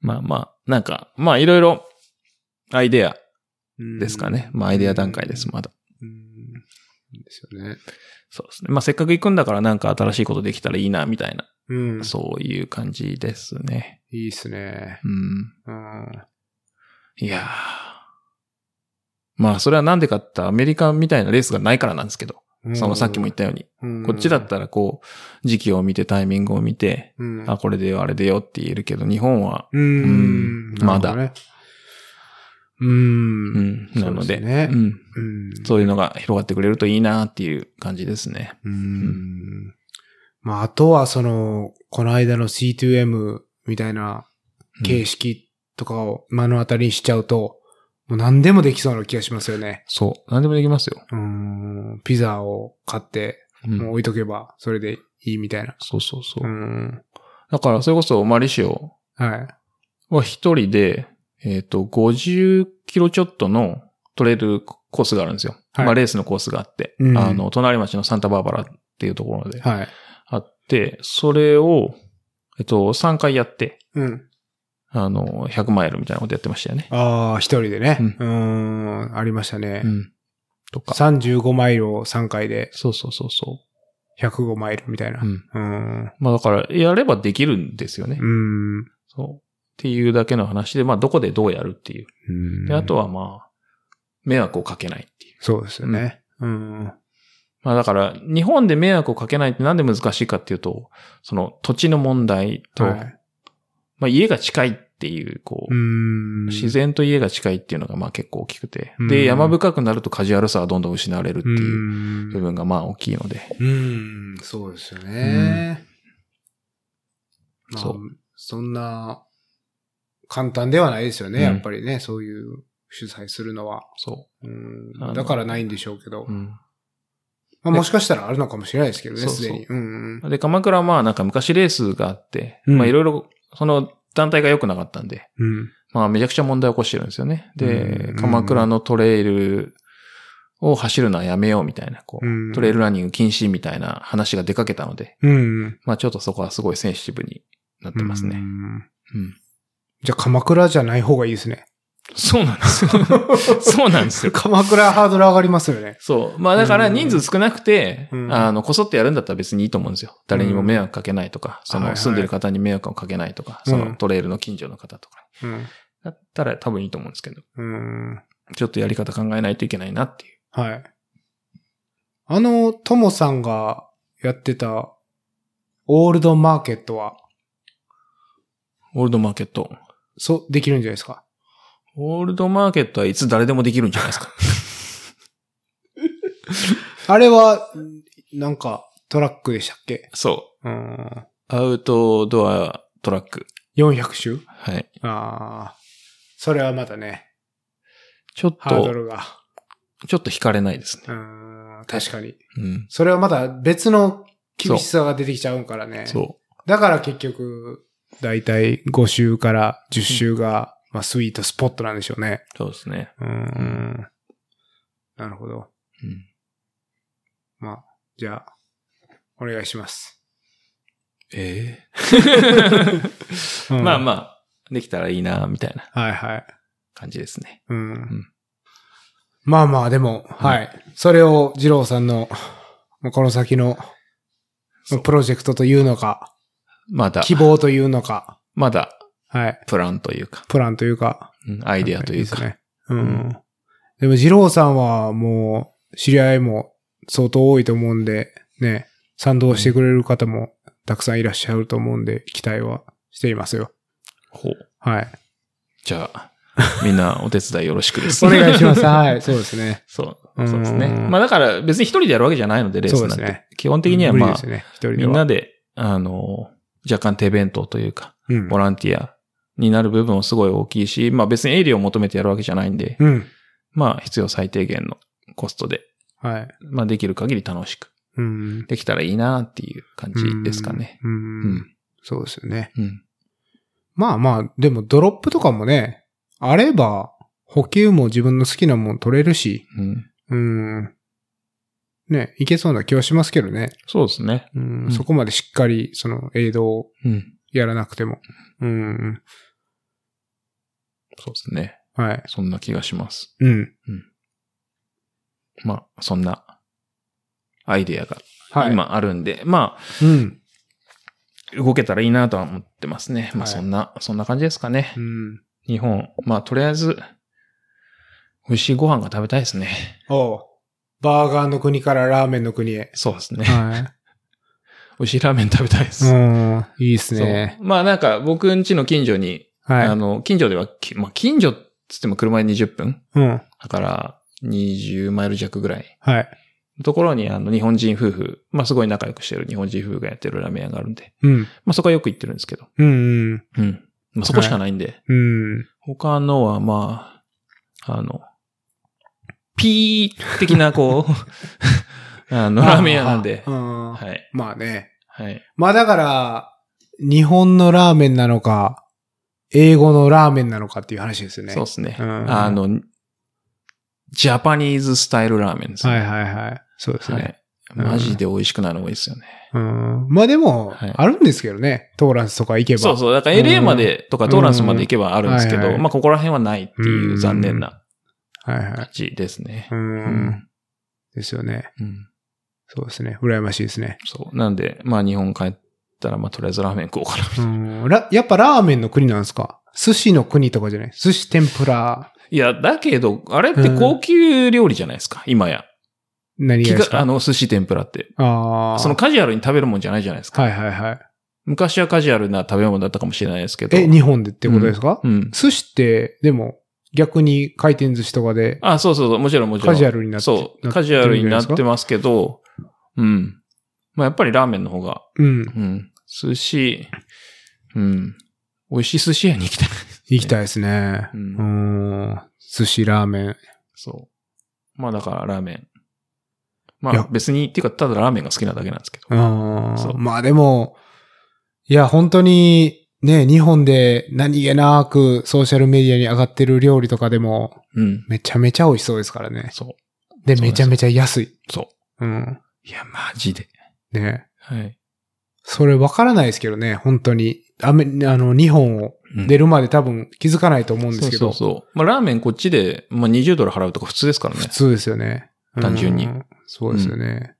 まあまあ、なんか、まあいろいろアイデア
うん
ですかね。まあアイデア段階です、まだ。
うん。ですよね。
そうですね。まあせっかく行くんだからなんか新しいことできたらいいな、みたいな。
うん。
そういう感じですね。
いいっすね。
うん。
うん。
いやー。まあそれはなんでかってアメリカみたいなレースがないからなんですけど。そのさっきも言ったように。
うん
こっちだっ、たらこう、時期を見てタイミングを見て、
うん、
あ、これでよ、あれでよって言えるけど、日本は
うーん、
うん
なるほどね。うー。
うんん、なの
そうで
で、
すね
うん、
うん。
そういうのが広がってくれるといいなっていう感じですね。
うーん。まあ、あとはその、この間の C2M みたいな形式とかを目の当たりにしちゃうと、もう何でもできそうな気がしますよね。
そう、何でもできますよ。
うーん。ピザを買って、
うん
もう置いとけば、それでいいみたいな。
そうそうそうう。
ん。
だから、それこそマリシオ
はい。
は一人で、えっ、と、50キロちょっとのトレイルコースがあるんですよ。
はい
まあ、レースのコースがあって、
うん
あの、隣町のサンタバーバラっていうところで
はい。
あって、それを、えっと、3回やって、
うん。
あの、100マイルみたいなことやってましたよね。
ああ、一人でね。
う
うんーん、んありましたね。
うん。とか。
35マイルを3回で
そうそうそうそ
105マイルみたいな
う。う。ん。
うん。
まあだから、やればできるんですよね。
うん。
そう。っていうだけの話で、まあどこでどうやるっていう。
うん
で、あとはまあ、迷惑をかけないっていう。
そうですよね。うん。
まあだから、日本で迷惑をかけないってなんで難しいかっていうと、その土地の問題と、
はい
まあ家が近いっていう、こう、
うん。
自然と家が近いっていうのがまあ結構大きくて、
うん
で、山深くなるとカジュアルさはどんどん失われるって
う
いうん部分がまあ大きいので、
うん、そうですよね。
うん
まあ
そ
そうんな簡単ではないですよね、
うん
やっぱりね、そういう主催するのは。
そ
うん
あの
だからないんでしょうけど、
う。うん
まあ、もしかしたらあるのかもしれないですけどね、
そうそう
すでに。うん
で、鎌倉はまあなんか昔レースがあって、
うん
まあいろいろ、その団体が良くなかったんで、
うん。
まあめちゃくちゃ問題を起こしてるんですよね。
う
で
ん、
鎌倉のトレイルを走るのはやめようみたいな、こ
うん
う、トレイルランニング禁止みたいな話が出かけたので、
うん。
まあちょっとそこはすごいセンシティブになってます
う
ね。
ん
うん。
じゃあ、鎌倉じゃない方がいいですね。
そうなんですよ。そうなんですよ。
鎌倉ハードル上がりますよね。
そう。まあだから人数少なくて、
うん
あの、こそってやるんだったら別にいいと思うんですよ。誰にも迷惑かけないとか、そ
はいは
の
い
住んでる方に迷惑をかけないとか、そのトレイルの近所の方とか。
うん。
だったら多分いいと思うんですけど、
うん。
ちょっとやり方考えないといけないなっていう。
はい。あの、ともさんがやってた、オールドマーケットは、
オールドマーケット。
そう、できるんじゃないですか。
オールドマーケットはいつ誰でもできるんじゃない ですか。
あれは、なんか、トラックでしたっけ
そう
ーん。
う。アウトドアトラック。
400種
はい。
ああ。それはまたね、
ちょっ
ハード
と、
ルが。
ちょっと惹かれないですね。
うーん、確かに。
うん。
それはまた別の厳しさが出てきちゃうんからね。
そ
だから結局、だいたい5週から10週が、まあ、スイートスポットなんでしょうね。
う。そうですね。
うーん。なるほど。
うん。
まあ、じゃあ、お願いします。
え
う
え
ん
まあまあ、できたらいいな、みたいな
はいはい。
感じですね。
うん。
ん
まあまあ、でも、はい。それを、二郎さんの、もうこの先の、
そう
プロジェクトというのか、
まだ
希、望というのか、
まだ、
はい。
プランというか、
プランというか、
うんアイデアという
です
か。
ね。うん。でも、二郎さんは、もう、知り合いも相当多いと思うんで、ね、賛同してくれる方もたくさんいらっしゃると思うんで、期待はしていますよ。
ほう。
はい。
じゃあ、みんなお手伝いよろしくです。
お願いします。はい、そうですね。
そう。そうですね
う。ん
まあだから別に一人でやるわけじゃないので、レースなん
そう
て。
ですね
基本的には
無理
ま
で
あ
す、ね、一人で
み
は
んなで、あの、若干手弁当というか、
うん
ボランティアになる部分もすごい大きいし、まあ別に営利を求めてやるわけじゃないんで、
うん。
まあ必要最低限のコストで、
はい。
まあできる限り楽しく
うん。
できたらいいなっていう感じですかね。
うん。
う
うん
ん。
そうですよね。
うん。
まあまあ、でもドロップとかもね、あれば、補給も自分の好きなもん取れるし、
うん。
うん。ね、いけそうな気はしますけどね。
そうですね。
うん。
うん
そこまでしっかり、その、エイドを
うん。
やらなくても。うん。
そうですね。
はい。
そんな気がします。
うん。
まあ、そんなアイデアが
はい。
今あるんで、まあ、
うん。
動けたらいいなとは思ってますね。ま
は
あ
い
そんな、そんな感じですかね。
うん。
日本、まあとりあえず、美味しいご飯が食べたいですね。。
おうバーガーの国からラーメンの国へ
そうですね。
はい。
美味しいラーメン食べたいです。
うん、いいです
そう
ね。
まあなんか僕ん家の近所に、あ
はい。
の、近所ではき、まあ近所っつっても車で20分
うん。
だから20マイル弱ぐらい
はい。
のところにあの日本人夫婦、まあすごい仲良くしてる日本人夫婦がやってるラーメン屋があるんで、
うん。
まあそこはよく行ってるんですけど、
うん、うん。
うん。まあそこしかないんで、
うん。
他のは、まあ、あの、ピー的な、こう、 あの、ラーメン屋なんで。
う
は
ん
い。
まあね。
はい。
まあだから、日本のラーメンなのか、英語のラーメンなのかっていう話ですよね。
そうですね。
うん
あの、ジャパニーズスタイルラーメンですね。
はいはいはい。そうですね。
はい。
うん
マジで美味しくなるのがいいですよね。
うん。まあでも
はい、
あるんですけどね。トーランスとか行けば。
そう
う。
そう。だから
うん
LA までとかトーランスまで行けばあるんですけ
うんはい
ど、
はい
まあここら辺はないっていう残念な
はいはい
感。じですね
う。。
うんん。
ですよね。
うん。
そうですね。羨ましいですね。
そう。なんで、まあ日本帰ったら、まあとりあえずラーメン食おうかな。
うん。らやっぱラーメンの国なんですか寿司の国とかじゃない寿司天ぷら、
いや、だけど、あれって高級料理じゃないですか、今や。
何が
気
です
が、あ
か
の、寿司天ぷらって。
ああ。
その、カジュアルに食べるもんじゃないじゃないですか。
はいはいはい。
昔はカジュアルな食べ物だったかもしれないですけど。
え、日本でってことですか、
うん。
寿司って、でも、逆に回転寿司とかで、
あ、そうそうそう、もちろんもちろん。
カジュア
ル
ルになって
そう、
な
カジュアルになってますけど、うん。まあやっぱりラーメンの方が、
うん。
うん。寿司、うん。美味しい寿司屋に行きたい。
行きたいですね。
う
うんん。寿司ラーメン。
そう。まあだからラーメン。ま
い
あ
や
別に、っていうかただラーメンが好きなだけなんですけど。
あ
そう
あ。まあでも、いや、本当に、ね、日本で何気なくソーシャルメディアに上がってる料理とかでも、
うん。
めちゃめちゃ美味しそうですからね。
そそうで
で、
す
めちゃめちゃ安い。
う。そう。
うん。
いや、マジで。
ね。
はい。
それわからないですけどね、本当に。アメ、あの、日本を出るまで多分気づかないと思うんですけ
そ
ど
う。そうそう。まあ、ラーメンこっちで、まあ、20ドル払うとか普通ですからね
普。通ですよね。うん
単純に。
そうですよね。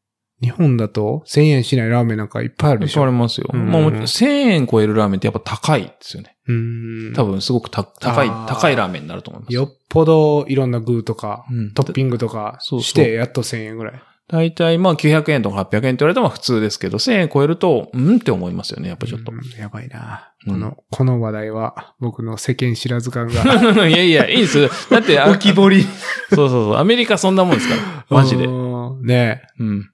日本だと1000円しないラーメンなんかいっぱいあるでし
わ
ょ
れ。ますよ。
うん
もう1000円超えるラーメンってやっぱ高いですよね。
うん。
多分すごくた高い、
あー
高いラーメンになると思います。
よっぽどいろんな具とか、
うん
トッピングとか
そうそう
して、やっと1000円ぐらい。
大体まあ900円とか800円って言われたらまあ普通ですけど、1000円超えると、うんって思いますよね、やっぱちょっと。
うんやばいな。
うん
この、この話題は、僕の世間知らず感が、
いやいや、いいです。だって、あ
浮き彫り。
そうそうそう。アメリカそんなもんですから。マジで。
う。
うん
ね
ん。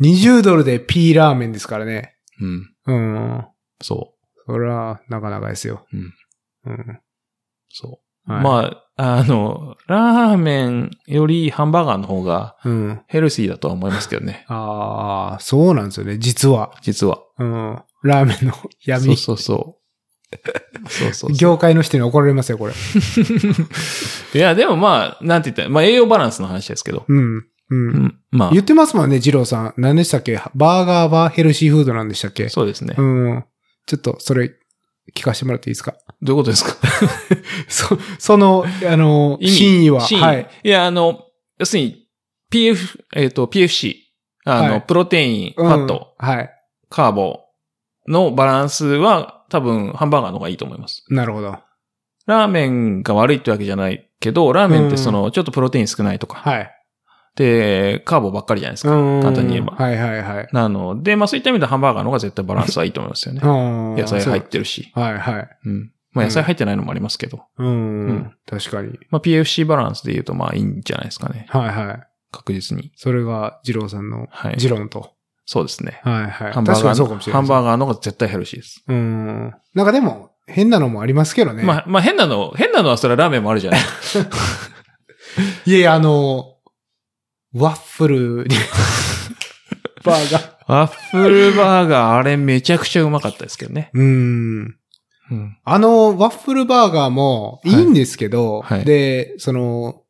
え20ドルで P ラーメンですからね。
うん。
うん。
そ
それは、なかなかですよ。
うん。
うん。
う。そう。
はい
まあ、あの、ラーメンよりハンバーガーの方が
うん。
ヘルシーだとは思いますけどね。
ああ、そうなんですよね、実は。
実は。
うん。ラーメンの闇。
そうそうそう。そうそうそ
業界の人に怒られますよ、これ。
う。いや、でもまあ、なんて言ったら、まあ栄養バランスの話ですけど。
うん。う。
うんん、ま
言
あ、
ってますもんね、二郎さん。何でしたっけバーガーはヘルシーフードなんでしたっけ
そうですね。
うん。ちょっと、それ、聞かせてもらっていいですか
どういうことですか
そ、その、あの、
意味
真意は。
真意
はい。。
いや、あの、要するに、PF、えっ、と、PFC、あの、
はい
プロテイン、フ
うん
ァット、
はい。
カーボのバランスは多分ハンバーガーの方がいいと思います。
なるほど。
ラーメンが悪いってわけじゃないけど、ラーメンってその、ちょっとプロテイン少ないとか、
はい。
で、カーボばっかりじゃないですか。
うん
簡単に言えば
はいはいはい。
なので、まあそういった意味ではハンバーガーの方が絶対バランスはいいと思いますよね。野
野
菜入ってるし。
はいはい。
うん。まあ
うん
野菜入ってないのもありますけど。
うん。
うん
確かに。
まあ PFC バランスで言うとまあいいんじゃないですかね。
はいはい。
確実に。
それが、二郎さんの、
はい。
二郎と。
そうですね。
はいはい。
ハンバー
確か
ガ
に
ー
そう
の、
かもしれな
ハ
い。
ンバーガーの方が絶対ヘルシーです。
うん。なんかでも、変なのもありますけどね。
まあ、まあ変なの、変なのはそれはラーメンもあるじゃない。
いやいや、あの、ワッフル に、バーガー。
ワッフルバーガー、あれめちゃくちゃうまかったですけどね。
うん。
うん。
あの、ワッフルバーガーもいいんですけど、
はいはい
で、その、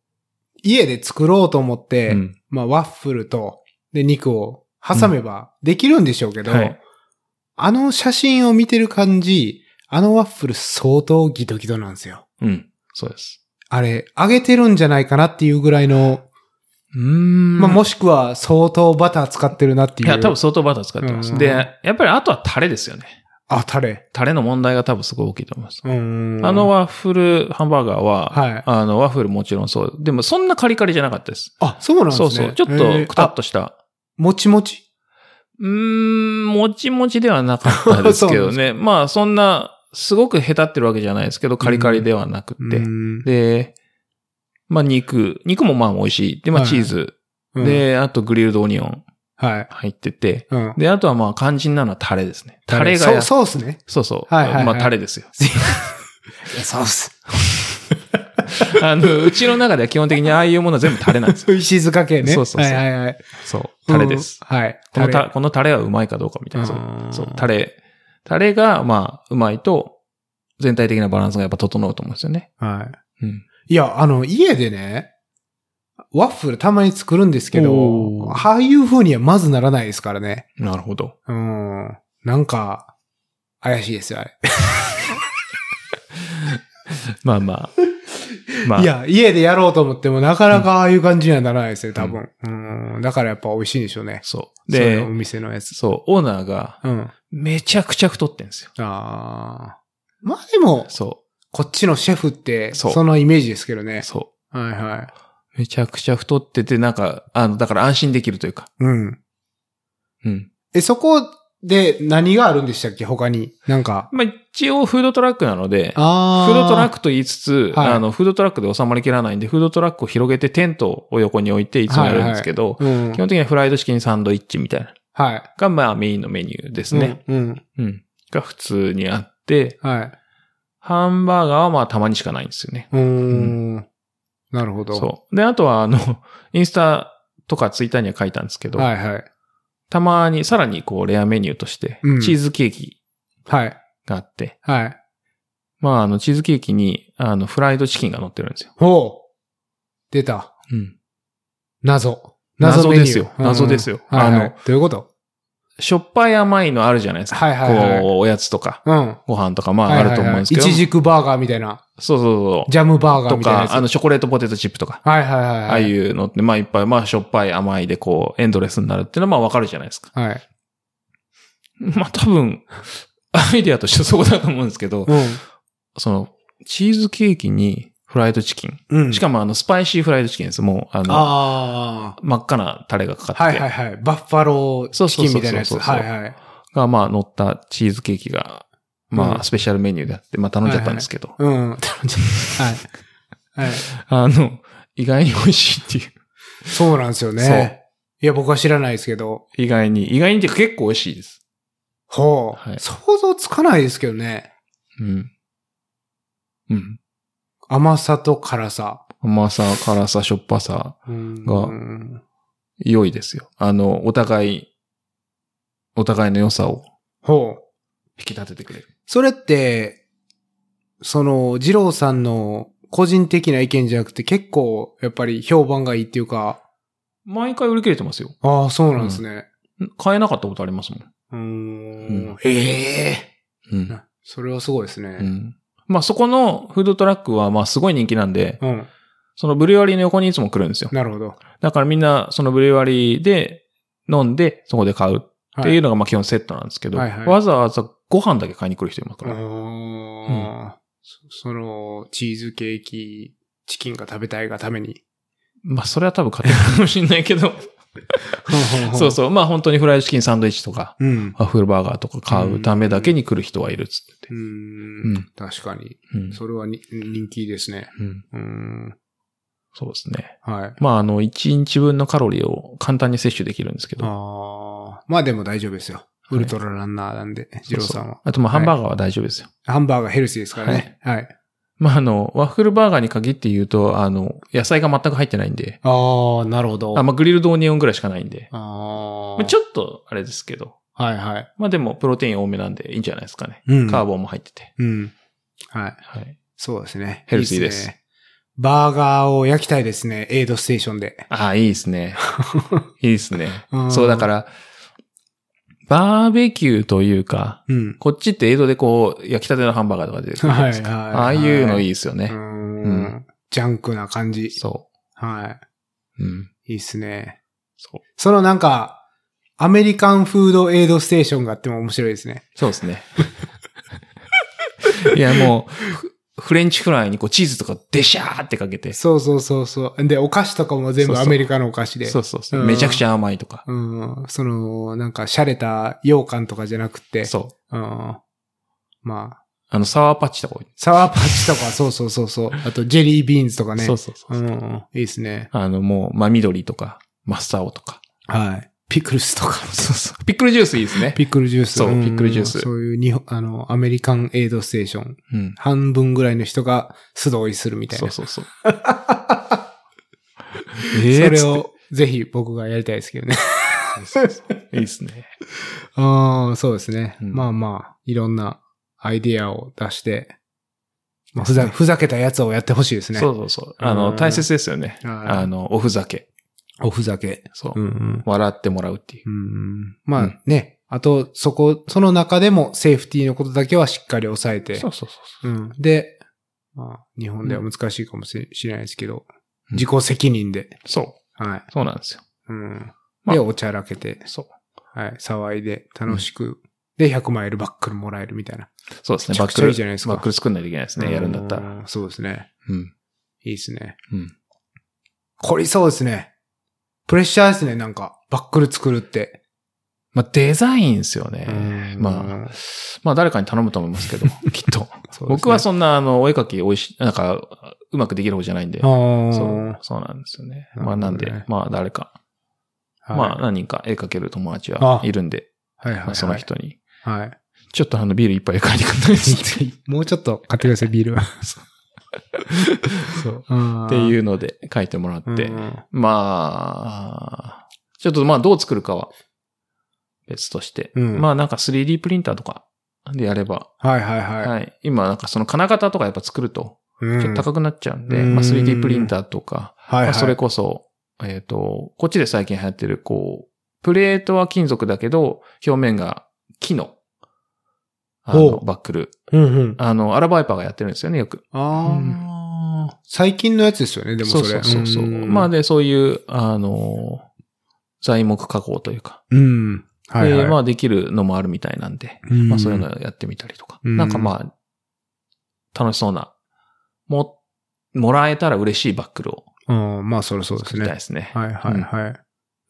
家で作ろうと思って、
うん
まあ、ワッフルと、で、肉を挟めばできるんでしょうけど、
はい
あの写真を見てる感じ、あのワッフル相当ギトギトなんですよ。
うん。そうです。
あれ、揚げてるんじゃないかなっていうぐらいの、
うーん
まあ、もしくは相当バター使ってるなってい。
いうや、多分相当バター使ってま
う
す。
ん
で、やっぱりあとはタレですよね。
あ、タレ。
タレの問題が多分すごい大きいと思います。
うん。
あの、ワッフルハンバーガーは、
はい
あの、ワッフルもちろんそう。でも、そんなカリカリじゃなかったです。
あ、そうなんです
そ
ね。
うそう。ちょっ
えー
と、くたっ。とした。
あもちもち
うーん、もちもちではなかったですけ
そう
ど
なん
ね。まあ、そんな、すごくへたってるわけじゃないですけど、カリカリではなくて。
うん
で、まあ、肉。肉もまあ、美味しい。で、まあ、
はい
チーズ。
うん
で、あと、グリルドオニオン
はい。
入ってて。
うん。
で、あとはまあ、肝心なのはタレですね。タレが
そう、
や、
ソースね。
そうそう。
はいはいはい
まあ、タレですよ。
ソース。
あの、うちの中では基本的にああいうものは全部タレなん ですよ。
石塚系ね。
そうそうそう
はいはいはい。
そう。タレです。
うん。はい。
この
タ
た、このタレはうまいかどうかみたいな。そううんそう。タレ、タレが、まあ、うまいと、全体的なバランスがやっぱ整うと思うんですよね。
レは
うん。
い。いや、あの、家でね、ワッフルたまに作るんですけど、
おー
ああいう風にはまずならないですからね。
なるほど。
うん。なんか、怪しいですよ、あれ。
まあま あ。まあ、
いや、家でやろうと思っても、なかなかああいう感じにはならないですよ、多分。うん。だからやっぱ美味しいんでしょうね。
そう。
それ
で、
お店のやつ。
そう、オーナーが、
うん。
めちゃくちゃ太ってんですよ。
ああ。まあでも、
そ
こっちのシェフって、
そう
そのイメージですけどね
う、。そ
はいはい。
う。めちゃくちゃ太ってて、なんか、あの、だから安心できるというか。
うん。
うん。
え、そこで何があるんでしたっけ他に。なんか。
まあ、一応フードトラックなので、
あ
フードトラッ
ク
クと言いつつ、
はい
あの、フードトラックで収まりきらないんで、フードトラックを広げてテントを横に置いていつもやるんですけど、
うん
基。本的にはフライドチキンサンドイッチみたいな。
はい。
が、まあメインのメニューですね。
うん。うん。
うん。が普通にあって、
はい。
ハンバーガーはまあたまにしかないんですよね。
うーん。なるほど。
そう。で、あとはあの、 インスタとかツイッターには書いたんですけど、
はいはい。
たまにさらにこうレアメニューとして
うん、
チーズケーキ
はい。
があって、
はい。
まああの、チーズケーキに、あの、フライドチキンが乗ってるんですよ。
ほう。出た。
うん。
謎。
謎
メニュー
ですよ謎ですよ
はいはい
あの
どういうこと
しょっぱい甘いのあるじゃないですか。
はいはいはい
こう、おやつとか、
うん。はい
ご飯とか、ま
は
あ
い
あ
は
る
い
と思うんですけど。
いちじくバーガーみたいな。
そうそう
ジャム
そ
バー
う。
ガー
と
みたいなや
か、
つ。
あの、チョコレートポテトチップとか。
はいはいはい。
ああい。うのって、まあいっぱい、まあしょっぱい甘いでこう、エンドレスになるっていうのはまあわかるじゃないですか。
はい。
まあ多分、 アイデアとしてそこだと思うんですけど、その、チーズケーキにフライドチキン。
うん。うん。
しかもあの、スパイシーフライドチキンです。もう、あの、
あ
真っ赤なタレがかか
あ。
ってて、
はいはいはい。バッファローチキンみたいなやつ。
そうそうそう
は
そう
いはい。
がまあ乗ったチーズケーキが、ま
うん
あスペシャルメニューであって、まあ頼んじゃったんですけど、
うん。はい。はい。
あの、意外に美味しいっていう。
そうなんですよね。いや、僕は知らないですけど。
意外に、意外にっていうか結構美味しいです。
ほう、
はい
想像つかないですけどね。
うん。うん。
甘さと辛さ。
甘さ、辛さ、しょっぱさ、
うん
が
うん
良いですよ。あの、お互い、お互いの良さを
ほう。
引き立ててくれる。
それって、その、二郎さんの個人的な意見じゃなくて結構、やっぱり評判がいいっていうか、
毎回売り切れてますよ。
ああ、そうなんですね。
買えなかったことありますもん。
うー
うんん。
え
う
え
ん。
それはすごいです
う
ね。
ん。まあ、そこのフードトラックは、まあ、すごい人気なんで、
うん。
そのブリュワリーの横にいつも来るんですよ。
なるほど。
だからみんな、そのブリュワリーで飲んで、そこで買うっていうのが、まあ、基本セットなんですけど、
はいはい
わざわざご飯だけ買いに来る人いますから。
ああそその、チーズケーキ、チキンが食べたいがために。
まあ、それは多分買ってるかもしれないけど、そうそう。まあ、本当にフライドチキンサンドイッチとか、
う。うん。
ワッフルバーガーとか買うためだけに来る人はいるっつってて
う。
うんん。
確かに。
うん
それはに人気ですね。
うん
うん。
そうですね。
はい。
まあ、あの、1日分のカロリーを簡単に摂取できるんですけど。
ああ。まあでも大丈夫ですよ。ウ
い
ルトラランナーなんで、ジロー
そ
さん
うそう
は。
あと、まあ、ハンバーガーは大丈夫ですよ。
ハンバーガーヘルシーですからね。はい。
まあ、あの、ワッフルバーガーに限って言うと、あの、野菜が全く入ってないんで、
ああ、なるほど。
あまあ、グリルドオニオンぐらいしかないんで、
あ
まあ、
あ。
ちょっと、あれですけど、
はいはい。
まあ、でも、プロテイン多めなんでいいんじゃないですかね。
うん
カーボンも入ってて。
うん。はい。
はい。
そうですね。
ヘルシーです
いいね。バーガーを焼きたいですね。エイドステーションで。
ああ、いいです ね。いいですね
う。ん
そう、だから、バーベキューというか、
うん。
こっちって江戸でこう、焼きたてのハンバーガーとか出てくるじゃないで
はいは
す
い
か。
はい。
ああいうのいい
い。
ですよね。
うん。ジャンクな感じ。
そ
は
う。うん。
い。いいっすね。
そう。
そのなんか、アメリカンフードエイドステーションがあっても面白いですね。
そうですね。 いや、もうフ、フレンチフライにこうチーズとかデシャーってかけて。そ
そうそうそうそう。で、お菓子とかも全
そう
部
そう
アメリカのお菓子で。
うそうそうう。
ん
めちゃくちゃ甘いとか。
うん。その、なんか、洒落た羊羹とかじゃなくて。
そう。
うん。まあ、
あの、サワーパッチとか多い、
サワーパッチとか、そうそうそうそう。あと、ジェリービーンズとかね。
そうそうそうう。
ん。いいですね。
あの、もう、まあ、緑とか、マスターオとか、
はい。ピクルスとか。
そうそう。ピックルジュースいいですね。
ピクルジュース。
そうんピクルジュース
そういう日本、あの、アメリカンエイドステーション。
うん。
半分ぐらいの人が素通りするみたい
そ
な。
うそうそう。
そ
えー
れ。を、ぜひ僕がやりたいですけどね。
いいですね。
ああ、そうですね。
うん
まあまあ、いろんなアイディアを出して、
で
まあ、ふ
すね
ざ、ふざけたやつをやってほしいですね。
そうそうそう。あ
う
の、
ん
大切ですよね。
はい
あの、おふざけ。
おふざけ。
そうう。
んうん。
笑ってもらうっていうう。
ん、ま
う
あ
ん
ね、あと、そこ、その中でもセーフティーのことだけはしっかり抑えて、
そうそうそうそう。
うん、で、まあ、日本では難しいかもしれしれないですけど、
うん
自己責任で、
そう。
はい。
そうなんですよ。
うん。
ま
で、
あ
おちゃらけて、
そう。
はい、騒いで、楽しく、で、100マイルバックルもらえるみたいな。
そうです
め
ね。
ちゃ
バ
く
ッ
ち
ク
ゃい
ル、
いじゃないですか
バックル作んないといけないですね。やるんだったら。
ら。そうですね。
うん。
いいですね。
うん。
凝りそうですね。プレッシャーですね、なんか。バックル作るって。
まあ、デザインですよね。
うん
まあ、まあ、誰かに頼むと思いますけ ど、きっと。
そうですね
僕はそんな、あの、お絵描き、おいし、なんか、うまくできる方じゃないんで。
あー
そう、そうなんですよね。まあ、な
なる
ん
ほどね
で、まあ、誰か、
はい
まあ、何人か絵描ける友達はいるんで、
はいはい、
ま
は
あ
い。
その人に、
はい。
ちょっとあの、ビール一杯買いに行かないって言っ
もうちょっと買ってください、ビールは。
て、そう。
っ
って
う
いうので、書いてもらって、
ん
まあ、ちょっとまあ、どう作るかは、別として。
うん
まあ、なんか 3D プリンターとかでやれば、
はいはいはい。
はい。今、なんかその金型とかやっぱ作ると、
うん
ちょっと高くなっちゃうんで、
うん
まあ 3D プリンターとか、ま
はいは
あ
い。
それこそ、えっ、と、こっちで最近流行ってる、こう、プレートは金属だけど、表面が木の、あ
ほ
の、
う
バックル。
うんうん。
あの、アラバイパーがやってるんですよね、よく。
ああ、最近のやつですよね、でもそれ。
うそうそうそう。
ん
まあ、で、そういう、あの、材木加工というか、
うん。はいはい。
でまあできるのもあるみたいなんで、
うん
まあそういうのやってみたりとか。
うん
なんかまあ、楽しそうな、も、もらえたら嬉しいバックルを
うんまあ、そりゃそうで
作り
す
たい
ね
で。すね。
はいはいはい。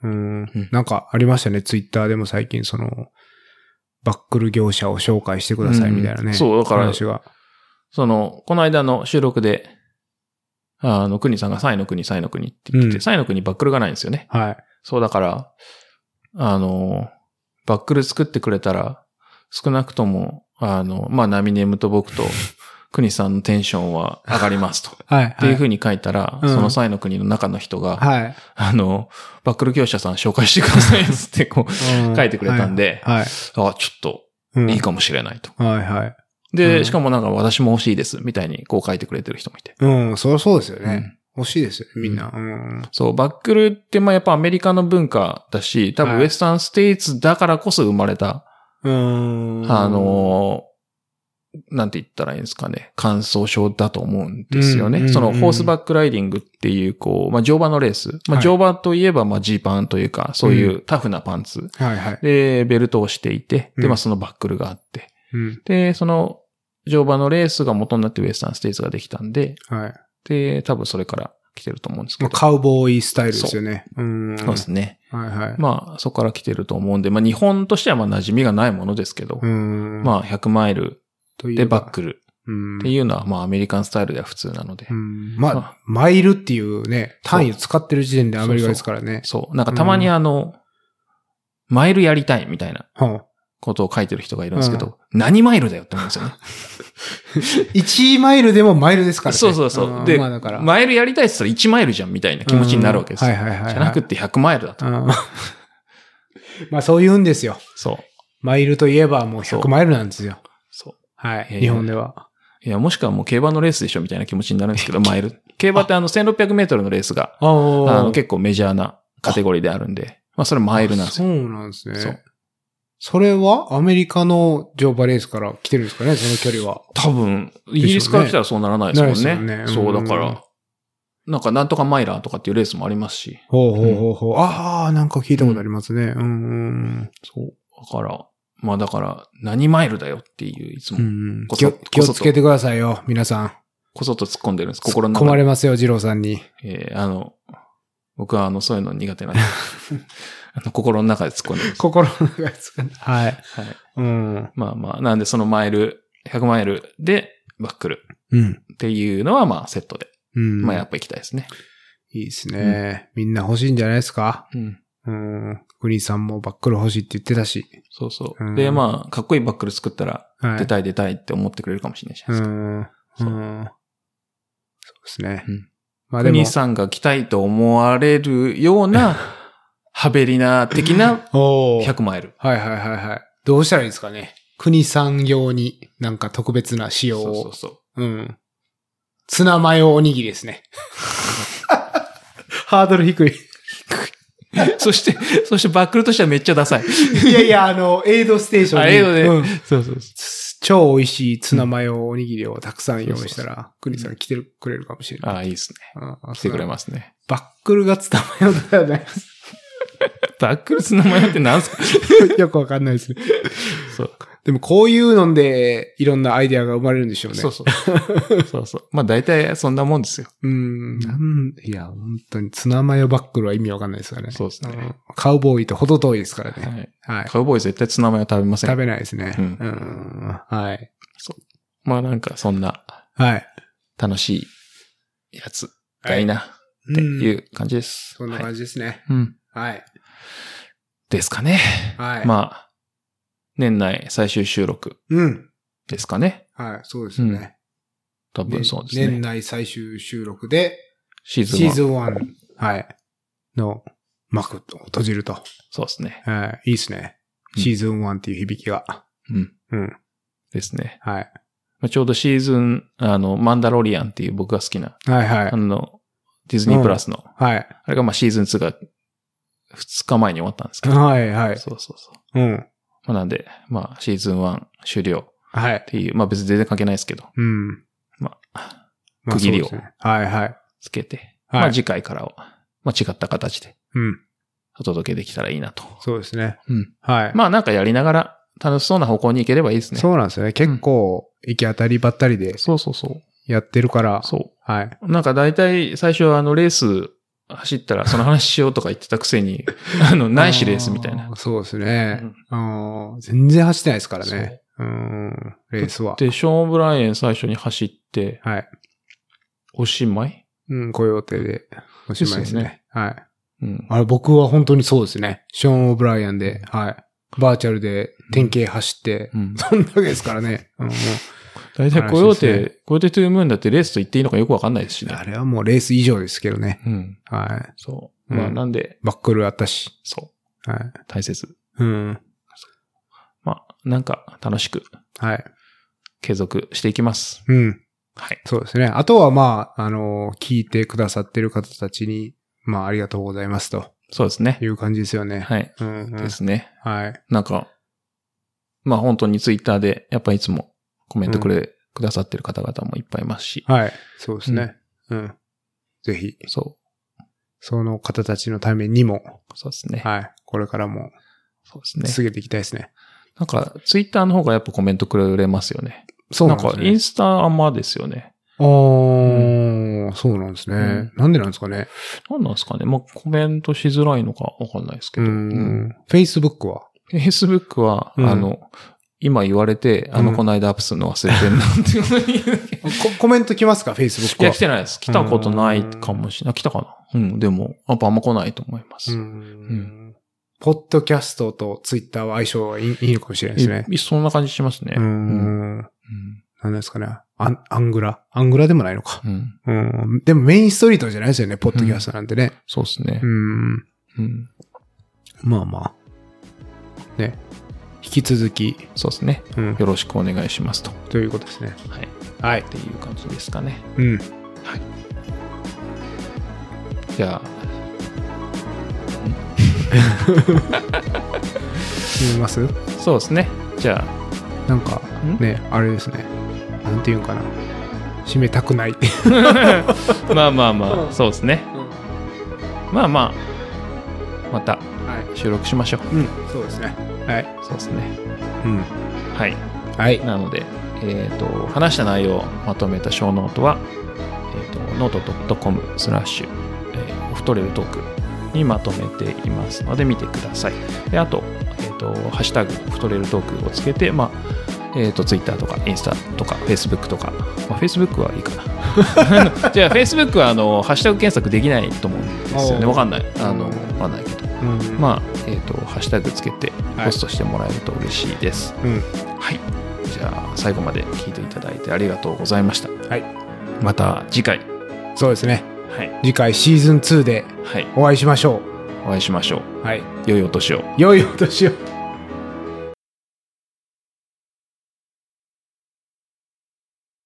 うん
ん
なんかありましたね、ツイッターでも最近その、バックル業者を紹介してくださいみたいな
うん
ね。
そうだから
話が。
その、この間の収録で、あの、国さんがサイの国、サイの国って言って
う
て、
ん
サイの国バックルがないんですよね。
はい。
そうだから、あの、バックル作ってくれたら、少なくとも、あの、まあ、ナミネムと僕 と、国さんのテンションは上がりますと。
はい。
っていうふ
に。
うに書いたら、
うん
その際の国の中の人が、
はい。
あの、バックル業者さん紹介してくださいっつってこう、
うん
書いてくれたんで
はい。
あ、ちょっと
うん
いいかもしれないと。
はいはい。う
で、
ん
しかもなんか私も欲しいですみたいにこう書いてくれてる人もいて。
うん、そりゃそうですよ
う
ね
ん。
欲しいですよね、みんな。うん。
そう、バックルってまあやっぱアメリカの文化だし、多分
は
ウ
い
エスタンステイツだからこそ生まれた、
うん。
あ、のーなんて言ったらいいんですかね、感想症だと思うんですよね。
うんうん
その
うん
ホースバックライディングっていう、こう、まあ乗馬のレース。ま
は
あ
い
乗馬といえばまあジーパンというか、そういうタフなパンツ。
はいはい。
で、ベルトをしていて、
う
で、
ん
まあそのバックルがあって、
うん。
で、その乗馬のレースが元になってウエスタンステイツができたんで、
はい。
で、多分それから来てると思うんですけ
ま
ど
あ、。カウボーイスタイルですよね。うん。
そうですね。
はいはい。
まあそこから来てると思うんで、まあ日本としてはまあ馴染みがないものですけど、
うん。あ、
まあ100マイル
とい
で
えば
バッ。クル
うん
って。いうのはまあアメリカンスタイルでは普通なので、
うんまあ
あ、
マイルっていうね、単位を使ってる時点でアメリカですからね。
そう。なんかたまにあの、マイルやりたいみたいな
は
ことを書いてる人がいるんですけど、何マイルだよって思うんですよね。
1マイルでもマイルですからね。
そうそうそ
ん
う。で、
まあだから。
マイルやりたいって言ったら1マイルじゃんみたいな気持ちになるわけですよ。
うんはいはいはいはい。
じゃなくて100マイルだと。
うん まあそう言うんですよ。
そう。
マイルといえばもう100マイルなんですよ。
そう。
はい。
いや
日本では。
いや、もしくはもう競馬のレースでしょみたいな気持ちになるんですけ ど、マイル。競馬ってあの1600メートルのレースが、
あ
あの結構メジャーなカテゴリーであるんで、まあそれマイルなんですよ。
そうなんですね。
そう
それはアメリカの乗馬レースから来てるんですかね、その距離は。
多分、イギリスから来たらそうならないですもん
な
ね。
いですよ
そう
ね
う、
ん
だから、なんかなんとかマイラーとかっていうレースもありますし、
ほうほうほうほう。ああ、なんか聞いたことありますね。うんうん
そう。だから、まあだから、何マイルだよっていう、いつ
う
も
ん。う、ん
こ
気
そ
を気をつけてくださいよ、皆さん。
こそっと突っ込んでるんです。心の
突っ込ま
中
れ
で。
ますよ、二郎さんに。
えーあの、僕はあの、そういうの苦 手なんで、あの心の中で突っ込んでます。
心の中がつかない。はい。
はい。
うん。
まあまあ、なんでそのマイル、100マイルでバックル
うん。
っていうのはまあセットで、
うん。
まあやっぱ行きたいですね。
いいですね、みんな欲しいんじゃないですか
うん。
うん。グリーンさんもバックル欲しいって言ってたし。
そうそうう。
ん
で、まあ、かっこいいバックル作ったら、
はい。
出たい出たいって思ってくれるかもしれないじゃ
う
ないですか。
ん。うん。
そ
そううですね。
うん
まあ
国
でも、
さんが来たいと思われるよう な、ハベリナ的な
おー
100マイル。
はいはいはいはい。どうしたらいいですかね。国産用になんか特別な仕様を。
そううそうそう。
ん。ツナマヨおにぎりで すね。ハードル低い。
そして、そしてバックルとしてはめっちゃダサい。
いやいや、あの、エイドステーションに。
あエイドで
うん
そうそうそ
つ超美味しいツナマヨおにぎりをたくさん用意したら、国さん来てくれるかもしれない。
ああ、いいですね。
あ
来てくれ
す。
ますね。
バックルがツナマヨだよね。
バックルツナマヨって何すか
よくわかんないですね。
そう
でもこういうので、いろんなアイデアが生まれるんでしょうね。
そうそう。そうそう。まあ大体そんなもんですよ。
うん。なんいや、本当にツナマヨバックルは意味わかんないですからね。
そうですね
んカウボーイと程遠いですから
は
ね。
い。
はい。
カウボーイ絶対ツナマヨ食べません。
食べないですね。
う
うんん。はい。
まあなんかそんな
はい。
楽しいやつがいいなって
う
い
ん。
う感じです。
そんな
はい
感じですね。
うん。
はい。
ですかね。
はい。
まあ、年内最終収録
うん。
ですかね。
はい。そうですね。
多分そうです
年
ね。
内最終収録で、
シーズン
シー
は
ズン1、はい。の幕を閉じると。
そうですね。
はい。いいですね。
うん
シーズン1っていう響きが。
うん。
うん。
ですね。
はい。
まあちょうどシーズン、あの、マンダロリアンっていう僕が好きな、
はいはい
あ。の、ディズニープラスの、
はい。
あれがまあシーズン2が2日前に終わったんですけど、
はいはい。
そうそうそう。
うん。
まあ、なんで、まあシーズン1終了
はい
っ。ていう、まあ別に全然関係ないですけど、
うん。
まあ、
まあ
区切りを
そうですねはいはい。
つけて、
はい
まあ次回からを、まあ違った形で
うん。
お届けできたらいいなと。
そうですね。
うん。
はい。
まあなんかやりながら楽しそうな方向に行ければいいですね。
そうなんですよね。結構、行き当たりばったりで
そうそうそう。
やってるから。
そ
はい。
う。なんか大体最初はあのレース走ったらその話しようとか言ってたくせ に、あの、ないしレースみたいな
あー。。そうですね。うん全然走ってないですからね。うん。レースは。
で、ショーン・ブライエン最初に走って、
はい。
おしまい
うん、ご予定でおしまいですね。
ですよ
はい。
うん。
あれ、僕は本当にそうですね。ショーン・オブライアンで、はい。バーチャルで典型走って、
うん
そんだけですからね。うん、も
大体、
話
コヨー
です
テ、コヨーテトゥームーンだってレースと言っていいのかよくわかんないですし
う
ね
あ。れはもうレース以上ですけどね。
うん。
はい。
そう。まあ、
うん
なんで、
バックルあったし。
そ
はい。
う、大切。
うん。
まあ、なんか、楽しく
はい。
継続していきます。
うん。
はい。
そうですね。あとはまあ、あの、聞いてくださってる方たちに、まあ、ありがとうございますと
そうですね
い。う感じですよね。
はい。
うん、うん。
ですね。
はい。
なんか、まあ、本当にツイッターで、やっぱいつもコメントくれ、くださってる方々もいっぱいいますし。
はい。そうですね。うん。ぜひ、
そ
その方たちのためにも、
う。そうですね。
はい。これからも
そうですね。
続けていきたいですね。
なんか、ツイッターの方がやっぱコメントくれますよね。
そう
な
なん
ん
です
か、
ね。
インスタあんまですよね。
あー、そうなんですね、
うん
なんでなんですかね。
なんなんですかね。まあ、コメントしづらいのかわかんないですけ
う
ど。
ん。Facebook は
Facebook は、
うん
あの、今言われて、あの、
うん
この間アップするの忘れてるなんていうのに。
ココメント来ますか ?Facebook
い
は。
や、来てないです。来たことないかもしれない。来たかなうん、でも、やっぱあんま来ないと思います。
うん。ポッドキャストと Twitter は相性がいいいいのかもしれないですね。
いそんな感じしますね。
う
うん
ん。なんですかね。アンアングラアングラでもないのか。
うん
うん。でもメインストリートじゃないですよね、ポッドキャストなんてね。
そうですね
う。ん。
うん。
まあまあ。ね。引き続き、
そうですね。
うん。
よろしくお願いしますと。
ということですね。
はい。っ
はい。
ていう感じですかね。
うん。
じゃあ、
見ます
そうですね。じゃあ、
なんか
ん、
ね、あれですね。なんていうんかな。締めたく ない。
まあまあまあ、そうですね。
は
まあまあ、また
い。
収録しましょう。
うん。そうですね。はい。
そうですね。
うん。
はい。
はい。
なので、えっ、と、話した内容をまとめた小ノートは、えっ、と、ノート .com スラッシュ、えーオフトレルトークにまとめていますので見てください。で、あと、えっ、と、ハッシュタグ、オフトレルトークをつけて、まあ、えっ、と、Twitter とか、インスタとか、Facebook とか、まあ、Facebook はいいかな。じゃあ、Facebook は、あの、ハッシュタグ検索できないと思うんですよね。
おー
わかんない。あの、わかんないけど。
うん
まあ、えっ、と、ハッシュタグつけてポストしてもらえると嬉しいです。
あ、うん。
はい。じゃあ、最後まで聞いていただいてありがとうございました。
はい。
また次回。
そうですね。
はい。
次回シーズン2で
はい。
お会いしましょ
お会いしましょ
う。はい。
う。良いお年を。
良いお年を。